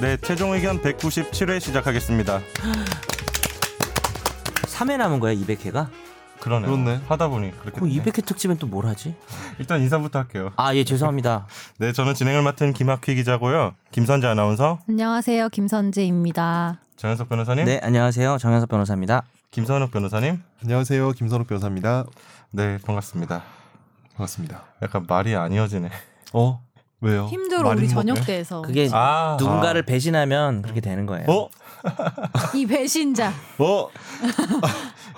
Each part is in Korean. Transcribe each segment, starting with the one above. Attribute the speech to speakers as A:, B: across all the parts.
A: 네, 최종 의견 197회 시작하겠습니다.
B: 3회 남은 거야 200회가?
A: 그러네.
C: 그렇네.
A: 하다 보니 그렇게.
B: 그럼
A: 됐네.
B: 200회 특집엔 또 뭘 하지?
A: 일단 인사부터 할게요.
B: 아 예 죄송합니다.
A: 네, 저는 진행을 맡은 김학휘 기자고요. 김선재 아나운서,
D: 안녕하세요, 김선재입니다.
A: 정현석 변호사님,
B: 네 안녕하세요 정현석 변호사입니다.
A: 김선욱 변호사님.
C: 안녕하세요. 김선욱 변호사입니다.
A: 네, 반갑습니다.
C: 반갑습니다.
A: 약간 말이 안 이어지네.
C: 어? 왜요?
D: 힘들어
C: 말이
D: 우리
C: 힘든데?
D: 저녁 때에서
B: 그게
A: 아,
B: 누군가를 배신하면 그렇게 되는 거예요.
A: 어?
D: 이 배신자
A: 어?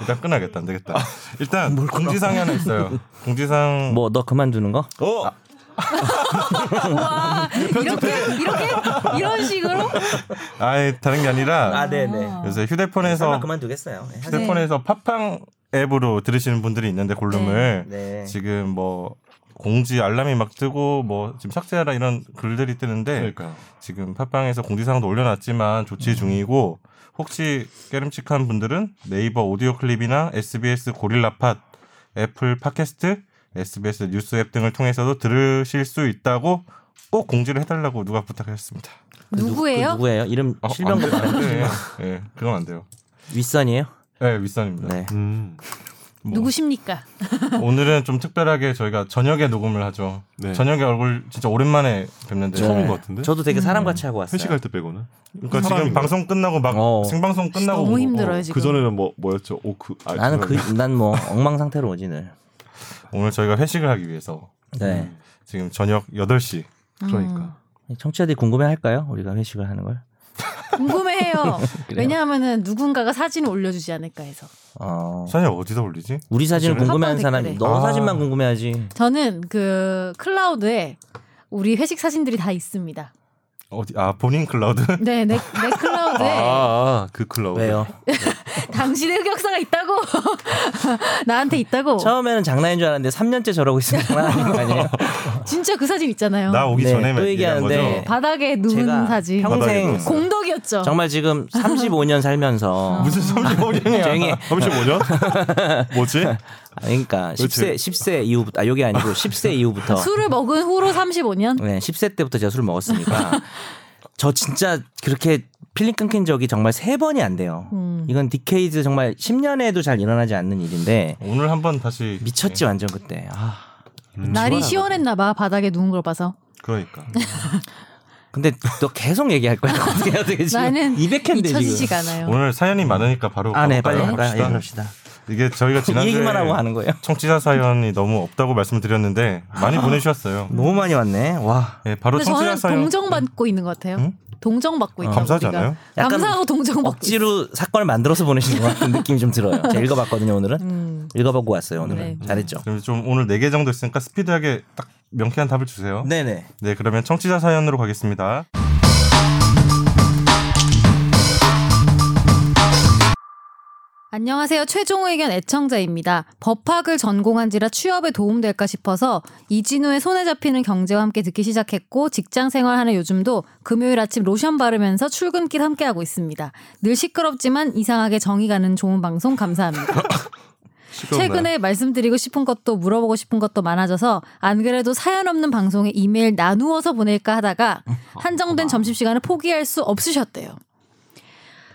A: 일단 끝나겠다. 안 되겠다.
C: 아,
A: 일단 공지사항이 하나 있어요. 공지사항.
B: 뭐 너 그만두는 거?
A: 어?
C: 아.
D: 와 이렇게 이렇게 이런 식으로
A: 아이, 다른 게 아니라
B: 아 네네.
A: 요새 휴대폰에서
C: 아,
B: 설마 그만두겠어요. 네, 하세요.
A: 휴대폰에서 팟빵 앱으로 들으시는 분들이 있는데 골룸을
B: 네.
A: 지금 뭐 공지 알람이 막 뜨고 뭐 지금 삭제하라 이런 글들이 뜨는데
C: 그러니까요.
A: 지금 팟빵에서 공지사항도 올려놨지만 조치 중이고 혹시 깨름칙한 분들은 네이버 오디오 클립이나 SBS 고릴라팟, 애플 팟캐스트, SBS 뉴스 앱 등을 통해서도 들으실 수 있다고 꼭 공지를 해달라고 누가 부탁하셨습니다.
B: 그 누- 그
D: 누구예요?
B: 누구예요? 이름
A: 어,
B: 실명도
A: 안 돼요.
B: 말해.
A: 네, 네, 그건 안 돼요.
B: 윗선이에요?
A: 네, 윗선입니다.
B: 네.
C: 음.
A: 뭐.
D: 누구십니까?
A: 오늘은 좀 특별하게 저희가 저녁에 녹음을 하죠.
C: 네.
A: 저녁에 얼굴 진짜 오랜만에 뵙는데.
C: 처음인 것 같은데.
B: 저도 되게 사람 같이 하고 왔어요.
C: 회식할 때 빼고는.
A: 그러니까 지금
C: 사람인가요?
A: 방송 끝나고 막
B: 어.
A: 생방송 끝나고 뭐,
D: 너무
A: 오고.
D: 힘들어요
C: 그
D: 네, 지금.
C: 전에는 뭐 뭐였죠? 오크. 아,
B: 나는
C: 죄송합니다.
B: 그 난 뭐 엉망 상태로 오지는.
A: 오늘 저희가 회식을 하기 위해서
B: 네.
A: 지금 저녁 8시.
D: 음.
C: 그러니까.
B: 청취자들이 궁금해 할까요? 우리가 회식을 하는 걸?
D: 궁금해요. 왜냐하면은 누군가가 사진을 올려주지 않을까 해서
B: 어.
A: 저녁 어디다 올리지?
B: 우리 사진을
D: 사실?
B: 궁금해하는
D: 팟빵
B: 사람이
D: 댓글에.
B: 너
A: 아.
B: 사진만 궁금해하지.
D: 저는 그 클라우드에 우리 회식 사진들이 다 있습니다.
A: 어디 아 본인 클라우드?
D: 네, 내, 내 클라우드에
C: 아, 아, 그 클라우드.
B: 왜요?
D: 당신의 흑역사가 있다고 나한테 있다고
B: 처음에는 장난인 줄 알았는데 3년째 저러고 있으면 장난 아닌 거 아니에요?
D: 진짜 그 사진 있잖아요.
A: 나 오기
B: 네,
A: 전에
B: 또
A: 얘기한 거죠.
B: 얘기하는데
D: 바닥에 누운
B: 제가
D: 사진
B: 평생
A: 바닥에도.
D: 공덕이었죠.
B: 정말 지금 35년
D: 어.
B: 살면서
A: 무슨 35년이야?
B: 조용히 해.
C: 35년? 뭐지?
B: 아, 그러니까
A: 그렇죠.
B: 10세 10세 이후부터 아 요게 아니고 10세
A: 어.
B: 이후부터
D: 술을 먹은 후로 35년?
B: 네 10세 때부터 제가 술을 먹었으니까 저 진짜 그렇게 필링 끊긴 적이 정말 세 번이 안 돼요.
D: 음.
B: 이건 디케이드 정말 10년에도 잘 일어나지 않는 일인데
A: 오늘 한번 다시
B: 미쳤지 완전 그때. 아
A: 음,
D: 날이 시원했나 봐 바닥에 누운 걸 봐서
A: 그러니까.
B: 근데 너 계속 얘기할 거야 어떻게 해야 되지? 지금?
D: 나는
B: 200회인데 지금.
D: 잊혀지지 않아요.
A: 오늘 사연이 많으니까 바로
B: 아 네 빨리
A: 가볼까요?
B: 할까요?
A: 합시다.
B: 예, 그럽시다.
A: 이게 저희가
B: 이
A: 지난주에
B: 얘기만 하고 하는 거예요.
A: 청취자 사연이 너무 없다고 말씀을 드렸는데 많이 보내주셨어요.
B: 너무 많이 왔네. 와.
A: 예, 바로
D: 근데
A: 청취자
D: 저는
A: 사연
D: 동정 받고 있는 것 같아요. 동정 받고 있다고
A: 감사하지
D: 우리가.
A: 않아요?
B: 약간
D: 감사하고 동정 받고. 있어요.
B: 억지로 사건을 만들어서 보내시는 것 같은 느낌이 좀 들어요. 제가 읽어봤거든요 오늘은.
D: 음.
B: 읽어보고 왔어요 오늘은.
D: 네.
B: 잘했죠.
A: 그럼 좀 오늘 네 개 정도 있으니까 스피드하게 딱 명쾌한 답을 주세요. 네.
B: 네네. 네.
A: 그러면 청취자 사연으로 가겠습니다.
D: 안녕하세요. 최종 의견 애청자입니다. 법학을 전공한지라 취업에 도움될까 싶어서 이진우의 손에 잡히는 경제와 함께 듣기 시작했고 직장 생활하는 요즘도 금요일 아침 로션 바르면서 출근길 함께하고 있습니다. 늘 시끄럽지만 이상하게 정이 가는 좋은 방송 감사합니다. 최근에 말씀드리고 싶은 것도 물어보고 싶은 것도 많아져서 안 그래도 사연 없는 방송에 이메일 나누어서 보낼까 하다가 한정된 점심시간을 포기할 수 없으셨대요.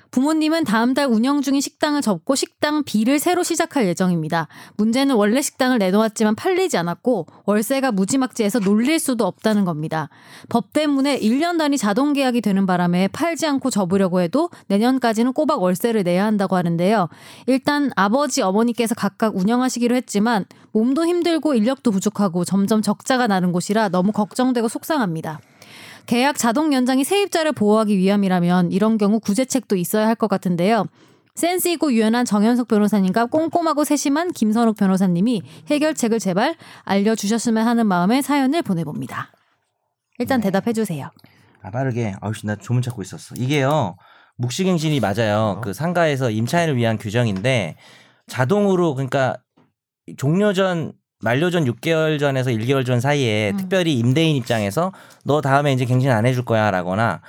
D: 부모님은 다음 달 운영 중인 식당을 접고 식당 B를 새로 시작할 예정입니다. 문제는 원래 식당을 내놓았지만 팔리지 않았고 월세가 무지막지해서 놀릴 수도 없다는 겁니다. 법 때문에 1년 단위 자동 계약이 되는 바람에 팔지 않고 접으려고 해도 내년까지는 꼬박 월세를 내야 한다고 하는데요. 일단 아버지 어머니께서 각각 운영하시기로 했지만 몸도 힘들고 인력도 부족하고 점점 적자가 나는 곳이라 너무 걱정되고 속상합니다. 계약 자동 연장이 세입자를 보호하기 위함이라면 이런 경우 구제책도 있어야 할 것 같은데요. 센스 있고 유연한 정현석 변호사님과 꼼꼼하고 세심한 김선욱 변호사님이 해결책을 제발 알려주셨으면 하는 마음에 사연을 보내봅니다. 일단
B: 네.
D: 대답해 주세요.
B: 아 빠르게. 아우씨 나 조문 찾고 있었어. 이게요. 묵시갱신이
A: 어?
B: 맞아요. 그 상가에서 임차인을 위한 규정인데 자동으로 그러니까 종료 전 만료 전 6개월 전에서 1개월 전 사이에
D: 음.
B: 특별히 임대인 입장에서 너 다음에 이제 갱신 안 해줄 거야라거나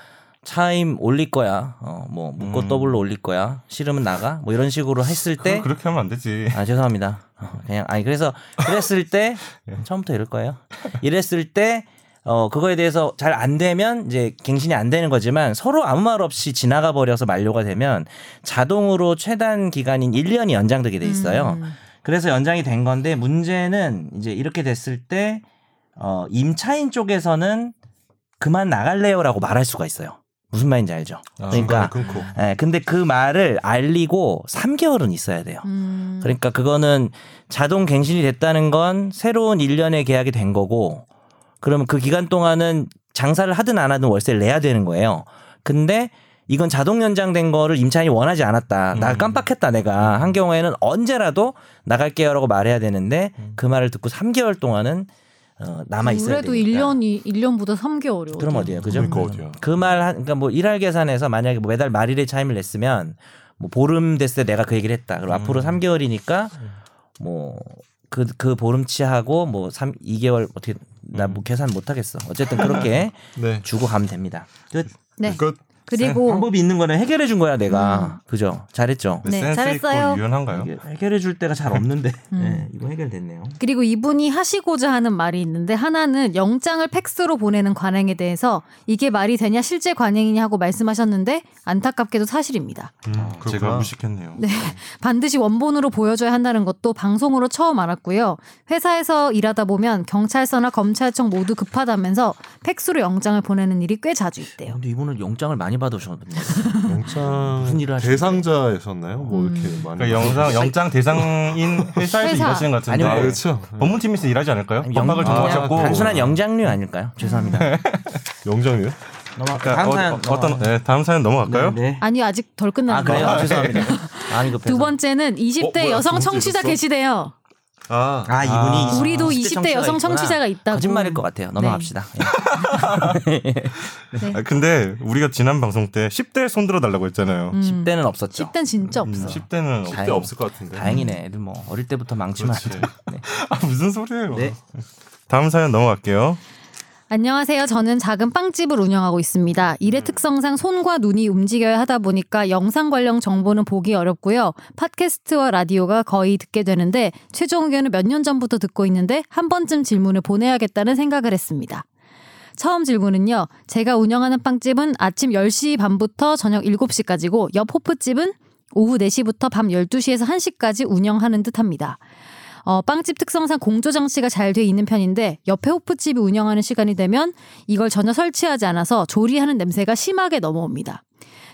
B: 차임 올릴 거야. 어뭐 묶고
A: 음.
B: 더블로 올릴 거야. 싫으면 나가. 뭐 이런 식으로 했을 때
A: 그걸 그렇게 하면 안 되지.
B: 아 죄송합니다. 어, 그냥 아니 그래서 그랬을 때 처음부터 이럴 거예요. 이랬을 때 어 그거에 대해서 잘 안 되면 이제 갱신이 안 되는 거지만 서로 아무 말 없이 지나가 버려서 만료가 되면 자동으로 최단 기간인 1년이 연장되게 돼 있어요.
D: 음.
B: 그래서 연장이 된 건데 문제는 이제 이렇게 됐을 때 어, 임차인 쪽에서는 그만 나갈래요라고 말할 수가 있어요. 무슨 말인지 알죠?
A: 아,
B: 그러니까
C: 끊고.
B: 예, 근데 그 말을 알리고 3개월은 있어야 돼요.
D: 음.
B: 그러니까 그거는 자동 갱신이 됐다는 건 새로운 1년의 계약이 된 거고 그러면 그 기간 동안은 장사를 하든 안 하든 월세를 내야 되는 거예요. 근데 이건 자동 연장된 거를 임차인이 원하지 않았다. 나
D: 음.
B: 깜빡했다 내가 한 경우에는 언제라도 나갈게요라고 말해야 되는데 그 말을 듣고 3개월 동안은 어, 남아 있어야
D: 음. 그래도
B: 되니까.
D: 1년이 1년보다 3개월이
B: 그럼 어디예요, 그죠?
C: 그러니까 어디야.
B: 그 말 그러니까 뭐 일할 계산해서 만약에 뭐 매달 말일에 차임을 냈으면 뭐 보름 됐을 때 내가 그 얘기를 했다. 그럼
A: 음.
B: 앞으로 3개월이니까 뭐 그 그 보름치하고 뭐 3, 2개월 어떻게 나
A: 음.
B: 뭐 계산 못 하겠어. 어쨌든 그렇게
C: 네.
B: 주고 가면 됩니다. 끝.
A: 음.
B: 네.
D: 네.
C: 끝.
D: 그리고
B: 방법이 있는 거는 해결해 준 거야 내가.
A: 음.
B: 그죠? 잘했죠.
D: 네,
A: 센스
D: 잘했어요.
A: 있고 유연한가요?
B: 이게 해결해 줄 때가 잘 없는데 네, 이거 해결됐네요.
D: 그리고 이분이 하시고자 하는 말이 있는데 하나는 영장을 팩스로 보내는 관행에 대해서 이게 말이 되냐 실제 관행이냐 하고 말씀하셨는데 안타깝게도 사실입니다.
C: 아,
A: 음, 제가
C: 그렇구나.
A: 무식했네요.
D: 네. 반드시 원본으로 보여줘야 한다는 것도 방송으로 처음 알았고요. 회사에서 일하다 보면 경찰서나 검찰청 모두 급하다면서 팩스로 영장을 보내는 일이 꽤 자주 있대요.
B: 근데 이분은 영장을 많이 받으셨네.
C: 영장
B: 무슨 일을 하시는
C: 대상자였었나요? 뭐 이렇게 많이.
A: 그러니까 영상 영장 대상인 회사에서
D: 회사.
A: 일하시는 것 같은데
B: 아니면 뭐, 음.
C: 그렇죠.
A: 법무팀에서 일하지 않을까요?
B: 아니,
A: 법학을
B: 영-
A: 전공하셨고 음. 네.
C: 그냥
B: 단순한 영장류 아닐까요? 죄송합니다.
C: 영장이요?
B: 넘어가.
A: 그러니까
B: 다음
A: 어,
B: 사연
A: 어, 어떤 네, 다음 사연 넘어갈까요?
B: 네, 네.
D: 아니요 아직 덜 끝났는데.
B: 아 그래요? 아, 죄송합니다. 안 급해서.
D: 두 번째는
C: 어,
D: 20대
C: 뭐야? 두
D: 여성
C: 번째
D: 청취자
C: 있었어?
D: 계시대요.
C: 아,
B: 아 이분이
D: 아, 우리도 20대
B: 청취자가 예.
D: 여성
B: 있구나.
D: 청취자가 있다고.
B: 거짓말일 것 같아요. 넘어갑시다. 네.
A: 아, 근데 우리가 지난 방송 때 10대 손들어 달라고 했잖아요.
D: 음.
B: 10대는 없었죠.
D: 10대는 진짜
C: 음,
D: 없어.
A: 10대는 없...
C: 그때 없을 것 같은데.
B: 다행이네. 애들 뭐 어릴 때부터 망치면 안
C: 그렇지.
B: 돼. 네.
A: 아, 무슨 소리예요?
B: 네.
A: 다음 사연 넘어갈게요.
D: 안녕하세요. 저는 작은 빵집을 운영하고 있습니다. 일의 특성상 손과 눈이 움직여야 하다 보니까 영상 관련 정보는 보기 어렵고요. 팟캐스트와 라디오가 거의 듣게 되는데 최종 의견을 몇 년 전부터 듣고 있는데 한 번쯤 질문을 보내야겠다는 생각을 했습니다. 처음 질문은요. 제가 운영하는 빵집은 아침 10시 반부터 저녁 7시까지고 옆 호프집은 오후 4시부터 밤 12시에서 1시까지 운영하는 듯 합니다. 어, 빵집 특성상 공조 장치가 잘 돼 있는 편인데 옆에 호프집이 운영하는 시간이 되면 이걸 전혀 설치하지 않아서 조리하는 냄새가 심하게 넘어옵니다.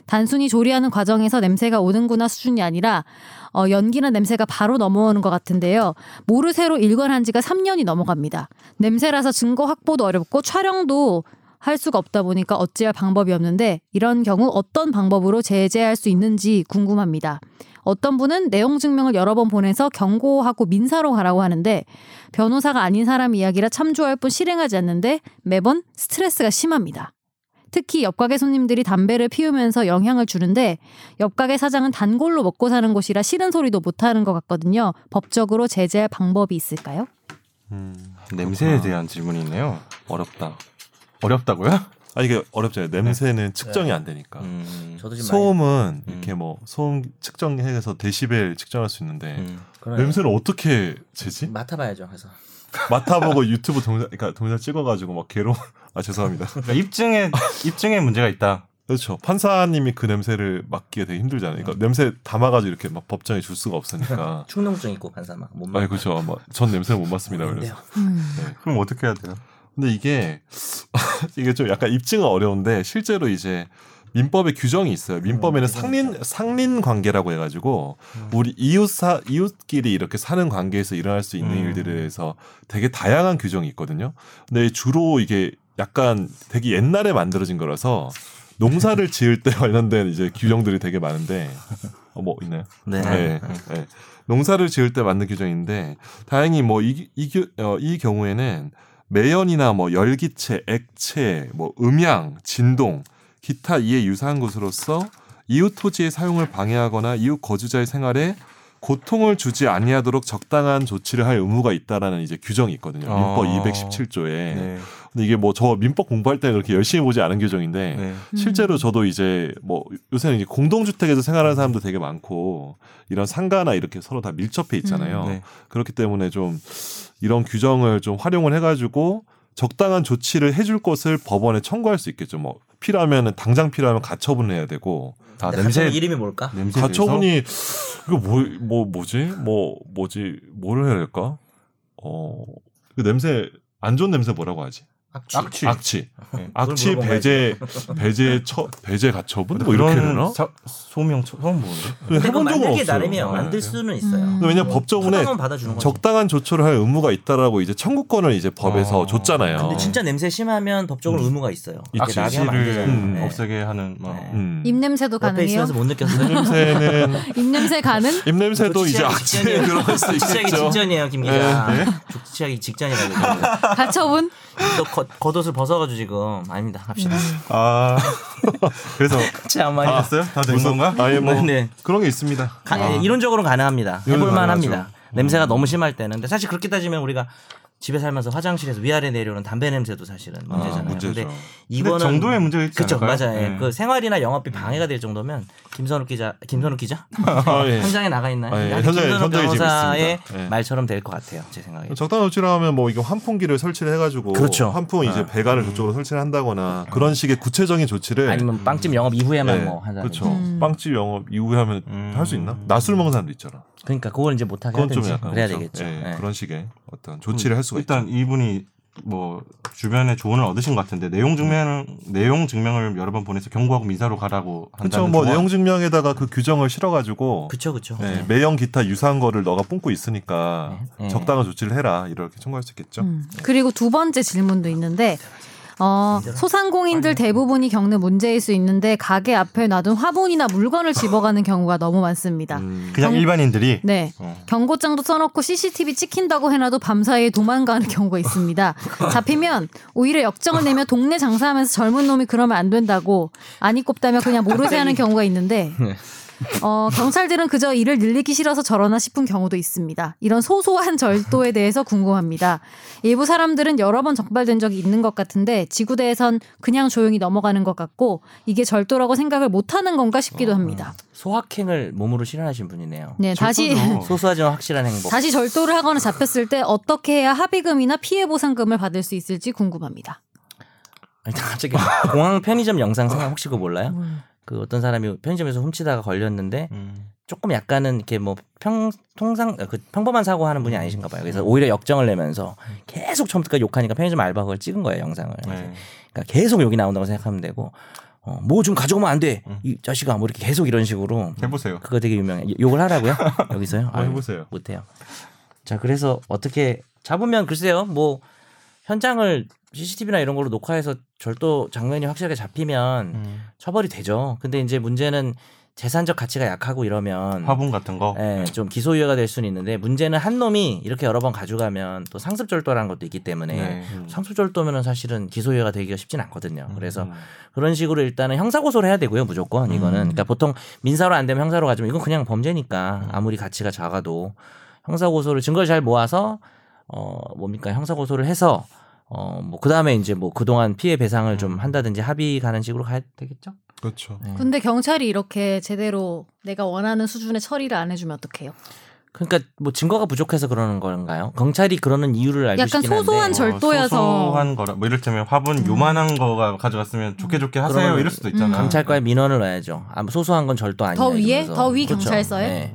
D: 단순히 조리하는 과정에서 냄새가 오는구나 수준이 아니라 어, 연기나 냄새가 바로 넘어오는 것 같은데요. 모르쇠로 일관한 지가 3년이 넘어갑니다. 냄새라서 증거 확보도 어렵고 촬영도 할 수가 없다 보니까 어찌할 방법이 없는데 이런 경우 어떤 방법으로 제재할 수 있는지 궁금합니다. 어떤 분은 내용 증명을 여러 번 보내서 경고하고 민사로 가라고 하는데 변호사가 아닌 사람 이야기라 참조할 뿐 실행하지 않는데 매번 스트레스가 심합니다. 특히 옆가게 손님들이 담배를 피우면서 영향을 주는데 옆가게 사장은 단골로 먹고 사는 곳이라 싫은 소리도 못하는 것 같거든요. 법적으로 제재할 방법이 있을까요?
A: 냄새에 대한 질문이 있네요. 어렵다. 어렵다고요?
C: 아 이게 어렵잖아요. 냄새는 측정이 안 되니까.
A: 음.
B: 저도 지금
C: 소음은
A: 음.
C: 이렇게 뭐 소음 측정해서 데시벨 측정할 수 있는데
A: 음.
B: 많이...
C: 냄새를 어떻게 재지?
B: 맡아봐야죠. 그래서
C: 맡아보고 유튜브 동영상 그러니까 동영상 찍어가지고 막 괴로. 아 죄송합니다.
A: 그러니까 입증에 입증에 문제가 있다.
C: 그렇죠. 판사님이 그 냄새를 맡기가 되게 힘들잖아요. 그러니까 냄새 담아가지고 이렇게 막 법정에 줄 수가 없으니까.
B: 충농증 있고 판사막 못
C: 아
B: 맡.
C: 그렇죠. 막전 냄새를 못 맡습니다. 그래서.
B: 음.
A: 그럼 어떻게 해야 돼요?
C: 근데 이게 이게 좀 약간 입증은 어려운데 실제로 이제 민법에 규정이 있어요. 민법에는 상린 상린 관계라고 해가지고 우리 이웃사 이웃끼리 이렇게 사는 관계에서 일어날 수 있는
A: 음.
C: 일들에 대해서 되게 다양한 규정이 있거든요. 근데 주로 이게 약간 되게 옛날에 만들어진 거라서 농사를 지을 때 관련된 이제 규정들이 되게 많은데 어, 뭐 있나요?
B: 네.
C: 네. 네. 농사를 지을 때 맞는 규정인데 다행히 뭐 이 이 경우에는 매연이나 뭐 열기체, 액체, 뭐 음향, 진동, 기타 이에 유사한 것으로서 이웃 토지의 사용을 방해하거나 이웃 거주자의 생활에 고통을 주지 아니하도록 적당한 조치를 할 의무가 있다라는 이제 규정이 있거든요. 민법
A: 어.
C: 217조에.
A: 네.
C: 근데 이게 뭐 저 민법 공부할 때 그렇게 열심히 보지 않은 규정인데
A: 네.
C: 실제로 저도 이제 뭐 요새는 이제 공동주택에서 생활하는 사람도 되게 많고 이런 상가나 이렇게 서로 다 밀접해 있잖아요.
A: 네.
C: 그렇기 때문에 좀 이런 규정을 좀 활용을 해가지고 적당한 조치를 해줄 것을 법원에 청구할 수 있겠죠. 뭐 필요하면 당장 필요하면 가처분을 해야 되고
A: 아,
B: 근데
A: 냄새
B: 가처분 이름이 뭘까?
A: 냄새
C: 가처분이 이거 뭐, 뭐 뭐지 뭐 뭐지 뭘 해야 될까? 어그 냄새 안 좋은 냄새 뭐라고 하지?
B: 악취. 아, 예,
A: 악취.
C: 악취,
A: 네.
C: 악취
B: 물어본
C: 배제 배제 처 배제 가처분 뭐 이렇게
A: 그런
C: 되나?
A: 사- 소명 처음 보는데.
B: 아,
C: 해본 적은
B: 만들기
C: 없어요.
B: 나름이에요.
C: 네.
B: 만들 수는 있어요.
D: 음.
C: 왜냐 면
B: 뭐
C: 법정에
B: 허가만 받아주는 거죠.
C: 적당한 조처를 할 의무가 있다라고 이제 청구권을 이제 법에서
A: 어.
C: 줬잖아요.
B: 근데 진짜 냄새 심하면 법적으로
C: 음.
B: 의무가 있어요.
C: 이게
A: 악취
B: 그 나게 하면 안
A: 씨를
B: 되잖아요.
C: 음,
B: 네.
A: 없애게 하는 뭐.
B: 네.
C: 음.
D: 입냄새도
B: 옆에
D: 가능해요?
B: 있으면서 못 느꼈어요.
C: 입냄새는
D: 입냄새 가능?
B: 그
C: 입냄새도
B: 뭐
C: 이제 악취에 들어갈 수
B: 죽취하기
C: 있겠죠. 네,
B: 직전이에요, 김 기자. 그 죽취하기 직전이라고.
D: 가처분?
B: 또 겉, 겉옷을 벗어가지고 지금 아닙니다. 합시다.
C: 음.
A: 아 그래서
B: 참 많이
A: 알았어요? 다 된
C: 무슨
A: 건가?
C: 아예 아, 뭐
B: 네.
C: 그런 게 있습니다.
B: 가- 이론적으로는 가능합니다. 해볼만
C: 가능하죠. 음.
B: 합니다. 냄새가 너무 심할 때는. 근데 사실 그렇게 따지면 우리가 집에 살면서 화장실에서 위아래 내려오는 담배 냄새도 사실은 문제잖아요.
C: 문제죠.
B: 근데
A: 근데
B: 이거는
A: 정도의 문제가 있지
B: 그쵸,
A: 않을까요?
B: 맞아요. 예.
C: 네.
A: 예.
B: 그 생활이나 영업이 방해가 될 정도면 김선욱 기자, 김선욱 기자
C: 아, 예.
B: 현장에 나가 있나요?
C: 아, 예.
B: 아니,
C: 현장에-
B: 김선욱
C: 현장에 지금
B: 변호사의
C: 있습니다. 예.
B: 말처럼 될 것 같아요, 제 생각에.
C: 적당한 조치라 하면 뭐 이거 환풍기를 설치를 해가지고
B: 그렇죠. 음.
C: 환풍 이제 배관을 그쪽으로 설치를 한다거나 그런 식의 구체적인 조치를
B: 아니면 빵집 영업 이후에만
C: 예.
B: 뭐 하자.
C: 네. 그렇죠.
D: 음.
C: 빵집 영업 이후에 하면
A: 음.
C: 할 수 있나? 낮술 먹는 사람도 있잖아.
B: 그러니까 그걸 이제 못하게
C: 그건
B: 하든지
C: 좀 약간
B: 그래야
C: 그렇죠.
B: 되겠죠.
C: 예,
B: 예. 음.
C: 그런 식의 어떤 조치를 할 수가 있죠.
A: 일단 이분이 뭐 주변에 조언을 얻으신 것 같은데 내용 증명을 내용 증명을 여러 번 보내서 경고하고 민사로 가라고
C: 그렇죠.
A: 한다는
C: 뭐
A: 조언.
C: 내용 증명에다가 그 규정을 실어가지고
B: 그쵸, 그쵸.
C: 네,
B: 예.
C: 매형 기타 유사한 거를 너가 뿜고 있으니까
B: 네, 네.
C: 적당한 조치를 해라 이렇게 청구할 수 있겠죠.
D: 음. 그리고 두 번째 질문도 있는데 어, 소상공인들 대부분이 겪는 문제일 수 있는데 가게 앞에 놔둔 화분이나 물건을 집어가는 경우가 너무 많습니다.
B: 음.
A: 그냥
D: 경-
A: 일반인들이
D: 네.
A: 어.
D: 경고장도 써놓고 CCTV 찍힌다고 해놔도 밤사이에 도망가는 경우가 있습니다. 잡히면 오히려 역정을 내며 동네 장사하면서 젊은 놈이 그러면 안 된다고 안 입곱다며 그냥 모르쇠 하는 경우가 있는데
A: 네.
D: 어, 경찰들은 그저 일을 늘리기 싫어서 저러나 싶은 경우도 있습니다. 이런 소소한 절도에 대해서 궁금합니다. 일부 사람들은 여러 번 적발된 적이 있는 것 같은데 지구대에선 그냥 조용히 넘어가는 것 같고 이게 절도라고 생각을 못하는 건가 싶기도
A: 어,
D: 합니다.
B: 소확행을 몸으로 실현하신 분이네요.
D: 네, 다시
A: 절도죠.
B: 소소하지만 확실한 행복.
D: 다시 절도를 하거나 잡혔을 때 어떻게 해야 합의금이나 피해 보상금을 받을 수 있을지 궁금합니다.
B: 아니, 갑자기 공항 편의점 영상 생각 혹시 그거 몰라요? 그 어떤 사람이 편의점에서 훔치다가 걸렸는데
A: 음.
B: 조금 약간은 이렇게 뭐 평, 통상 그 평범한 사고 하는 분이 아니신가 봐요. 그래서 오히려 역정을 내면서 계속 처음부터까지 욕하니까 편의점 알바 그걸 찍은 거예요, 영상을.
A: 네.
B: 그러니까 계속 욕이 나온다고 생각하면 되고 어, 뭐 좀 가져오면 안 돼.
C: 음.
B: 이 자식아 뭐 이렇게 계속 이런 식으로
A: 해보세요.
B: 그거 되게 유명해. 요- 욕을 하라고요? 여기서요?
C: 뭐 해보세요.
B: 못해요. 자, 그래서 어떻게 잡으면 글쎄요, 뭐 현장을 CCTV나 이런 걸로 녹화해서 절도 장면이 확실하게 잡히면
A: 음.
B: 처벌이 되죠. 근데 이제 문제는 재산적 가치가 약하고 이러면
A: 화분 같은 거.
B: 예, 좀 기소유예가 될 수는 있는데 문제는 한 놈이 이렇게 여러 번 가져가면 또 상습 절도라는 것도 있기 때문에
A: 네.
B: 상습 절도면은 사실은 기소유예가 되기가 쉽진 않거든요.
D: 음.
B: 그래서 그런 식으로 일단은 형사 고소를 해야 되고요, 무조건 이거는.
D: 음.
B: 그러니까 보통 민사로 안 되면 형사로 가지면 이건 그냥 범죄니까 아무리 가치가 작아도 형사 고소를 증거를 잘 모아서 어 뭡니까 형사 고소를 해서 어뭐 그다음에 이제 뭐 그동안 피해 배상을
D: 음.
B: 좀 한다든지 합의 가는 식으로 가야 되겠죠?
C: 그렇죠.
B: 예.
D: 근데 경찰이 이렇게 제대로 내가 원하는 수준의 처리를 안 해주면 어떡해요?
B: 그러니까 뭐 증거가 부족해서 그러는 건가요? 경찰이 그러는 이유를 알고
D: 약간
B: 싶긴 한데.
D: 소소한
A: 어,
D: 절도여서.
A: 소소한 거라 뭐 이를테면 화분 요만한 거가 가져갔으면 좋게 좋게 하세요
B: 그러면
A: 이럴 수도 있잖아.
B: 경찰과의 민원을 넣어야죠. 아무 뭐 소소한 건 절도 아니야.
D: 더 위에?
B: 이러면서.
D: 더 위
B: 그렇죠.
D: 경찰서에?
B: 네.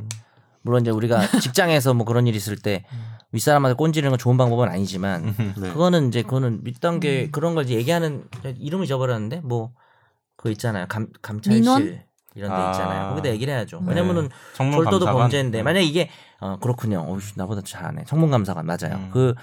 B: 물론 이제 우리가 직장에서 뭐 그런 일이 있을 때 윗사람한테 꼰지르는 건 좋은 방법은
A: 음.
B: 아니지만
C: 네.
B: 그거는 이제 그거는 밑단계
D: 음.
B: 그런 걸 이제 얘기하는 이름을 잊어버렸는데 뭐 그거 있잖아요. 감 감찰실
D: 민원?
B: 이런 데
A: 아.
B: 있잖아요. 거기다 얘기를 해야죠.
D: 네.
B: 왜냐면은
A: 청문
B: 절도도
A: 감사관. 네.
B: 범죄인데 만약 이게 어 그렇군요. 어 나보다 잘하네. 청문감사관 맞아요.
A: 음.
B: 그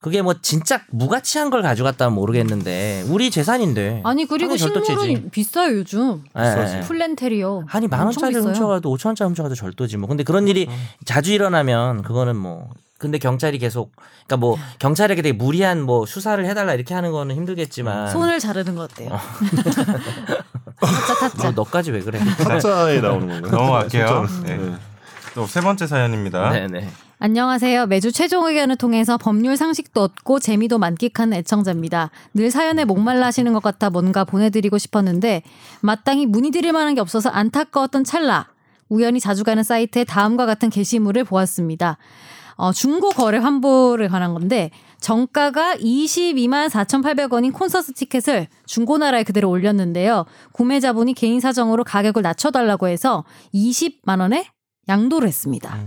B: 그게 뭐 진짜 무가치한 걸 가져갔다면 모르겠는데 우리 재산인데.
D: 아니 그리고
B: 한국 절도죄지.
D: 식물은 비싸요 요즘.
B: 예, 예.
D: 플랜테리어.
B: 아니 만
D: 엄청
B: 원짜리
D: 비싸요.
B: 훔쳐가도 오천 원짜리 훔쳐가도 절도지 뭐. 근데 그런 일이 자주 일어나면 그거는 뭐. 근데 경찰이 계속 그러니까 뭐 경찰에게 되게 무리한 뭐 수사를 해달라 이렇게 하는 거는 힘들겠지만.
D: 손을 자르는 거 어때요? 타짜
B: 뭐 너,
D: 타짜.
B: 너까지 왜 그래?
C: 타짜에 나오는 건가요?
A: 네. 넘어갈게요.
C: 진짜로.
A: 네.
C: 네.
A: 또 세 번째 사연입니다.
B: 네네.
D: 안녕하세요. 매주 최종 의견을 통해서 법률 상식도 얻고 재미도 만끽하는 애청자입니다. 늘 사연에 목말라 하시는 것 같아 뭔가 보내드리고 싶었는데 마땅히 문의드릴 만한 게 없어서 안타까웠던 찰나. 우연히 자주 가는 사이트에 다음과 같은 게시물을 보았습니다. 어, 중고 거래 환불에 관한 건데 정가가 22만 4,800원인 콘서트 티켓을 중고나라에 그대로 올렸는데요. 구매자분이 개인 사정으로 가격을 낮춰달라고 해서 20만 원에 양도를 했습니다.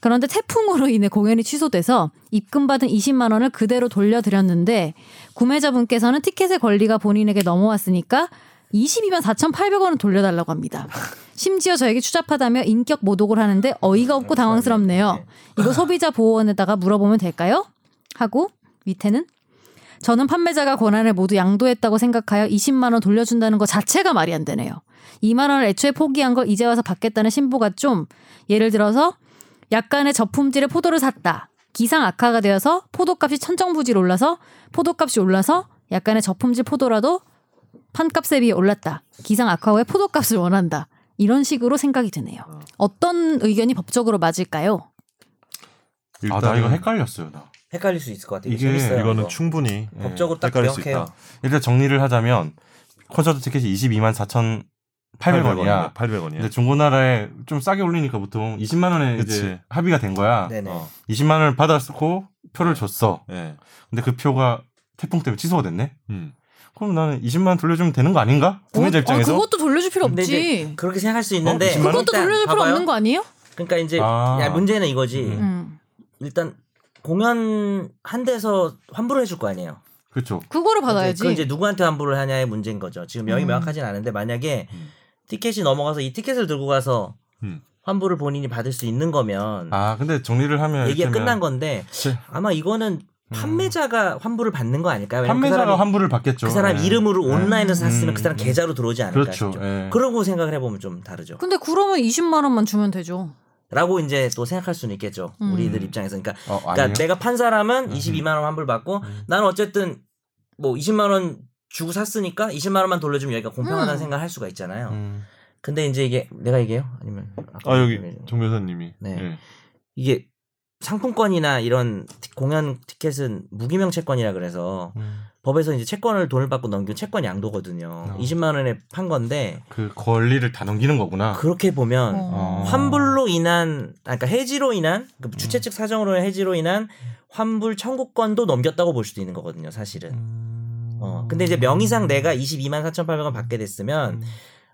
D: 그런데 태풍으로 인해 공연이 취소돼서 입금받은 20만 원을 그대로 돌려드렸는데 구매자분께서는 티켓의 권리가 본인에게 넘어왔으니까 22만 4,800원을 돌려달라고 합니다. 심지어 저에게 추잡하다며 인격 모독을 하는데 어이가 없고 당황스럽네요. 이거 소비자 보호원에다가 물어보면 될까요? 하고 밑에는 저는 판매자가 권한을 모두 양도했다고 생각하여 20만 원 돌려준다는 것 자체가 말이 안 되네요. 2만 원을 애초에 포기한 걸 이제 와서 받겠다는 신보가 좀 예를 들어서 약간의 저품질의 포도를 샀다. 기상 악화가 되어서 포도값이 천정부지로 올라서 포도값이 올라서 약간의 저품질 포도라도 판값에 비해 올랐다. 기상 악화 후에 포도값을 원한다. 이런 식으로 생각이 드네요. 어떤 의견이 법적으로 맞을까요?
A: 아, 나 이거 헷갈렸어요, 나.
B: 헷갈릴 수 있을 것 같아요.
A: 이게
B: 재밌어요,
C: 이거는
B: 네, 이거.
C: 충분히 예,
B: 법적으로 딱
C: 헷갈릴 수
B: 명확해요.
C: 있다.
A: 일단 정리를 하자면 콘서트 티켓이 22만 4,800원이야.
C: 800원이야.
A: 근데 중고나라에 좀 싸게 올리니까 보통 20만 원에
C: 예. 그치.
A: 이제 합의가 된 거야.
B: 네네.
C: 어,
A: 20만 원을 받았고 표를 줬어.
C: 예.
A: 근데 그 표가 태풍 때문에 취소가 됐네.
C: 음.
A: 그럼 나는 20만 원 돌려주면 되는 거 아닌가? 구매자
D: 어,
A: 입장에서
D: 아, 그것도 돌려줄 필요
B: 근데
D: 없지.
B: 이제 그렇게 생각할 수 있는데
A: 어? 그만-
D: 그것도
B: 일단
D: 돌려줄 필요
B: 네, 봐봐요.
D: 없는 거 아니에요?
B: 그러니까 이제
A: 아.
B: 야, 문제는 이거지.
D: 음.
B: 일단 공연 한 데서 환불을 해줄 거 아니에요.
A: 그렇죠.
B: 이제
D: 그거를
B: 그 이제
D: 받아야지.
B: 누구한테 환불을 하냐의 문제인 거죠. 지금 명이
D: 음.
B: 명확하진 않은데 만약에
A: 음.
B: 티켓이 넘어가서 이 티켓을 들고 가서
C: 음.
B: 환불을 본인이 받을 수 있는 거면
A: 아 근데 정리를 하면 음.
B: 얘기가
A: 이를테면
B: 끝난 건데
A: 그치.
B: 아마 이거는 판매자가 환불을 받는 거 아닐까요? 왜냐면
A: 음. 판매자가
B: 그 사람이,
A: 환불을 받겠죠.
B: 그 사람
A: 예.
B: 이름으로
A: 예.
B: 온라인에서
A: 음.
B: 샀으면 그 사람
A: 음.
B: 계좌로 들어오지 않을까
A: 그렇죠.
B: 싶죠.
A: 예.
B: 그러고 생각을 해보면 좀 다르죠.
D: 근데 그러면 20만 원만 주면 되죠.
B: 라고 이제 또 생각할 수는 있겠죠.
D: 음.
B: 우리들 입장에서. 그러니까
A: 어,
B: 그러니까
A: 아니에요? 음.
B: 내가 판 사람은 22만 원 환불 받고 나는 어쨌든 뭐 20만 원 주고 샀으니까 20만 원만 돌려주면 여기가 공평하다는
D: 음.
B: 생각을 할 수가 있잖아요.
A: 음.
B: 근데 이제 이게 내가 얘기해요? 아니면 아까
C: 아 여기
B: 얘기해요?
C: 정 변호사님이.
B: 네.
C: 예.
B: 이게 상품권이나 이런 티- 공연 티켓은 무기명 채권이라 그래서
A: 음.
B: 법에서 이제 채권을 돈을 받고 넘긴 채권 양도거든요.
A: 어.
B: 20만 원에 판 건데
A: 그 권리를 다 넘기는 거구나.
B: 그렇게 보면
A: 어.
B: 환불로 인한 아, 그러니까 해지로 인한
A: 음.
B: 그 주최 측 사정으로 의 해지로 인한 환불 청구권도 넘겼다고 볼 수도 있는 거거든요 사실은
A: 음. 음.
B: 어 근데 이제 명의상 내가 22만 4,800원 받게 됐으면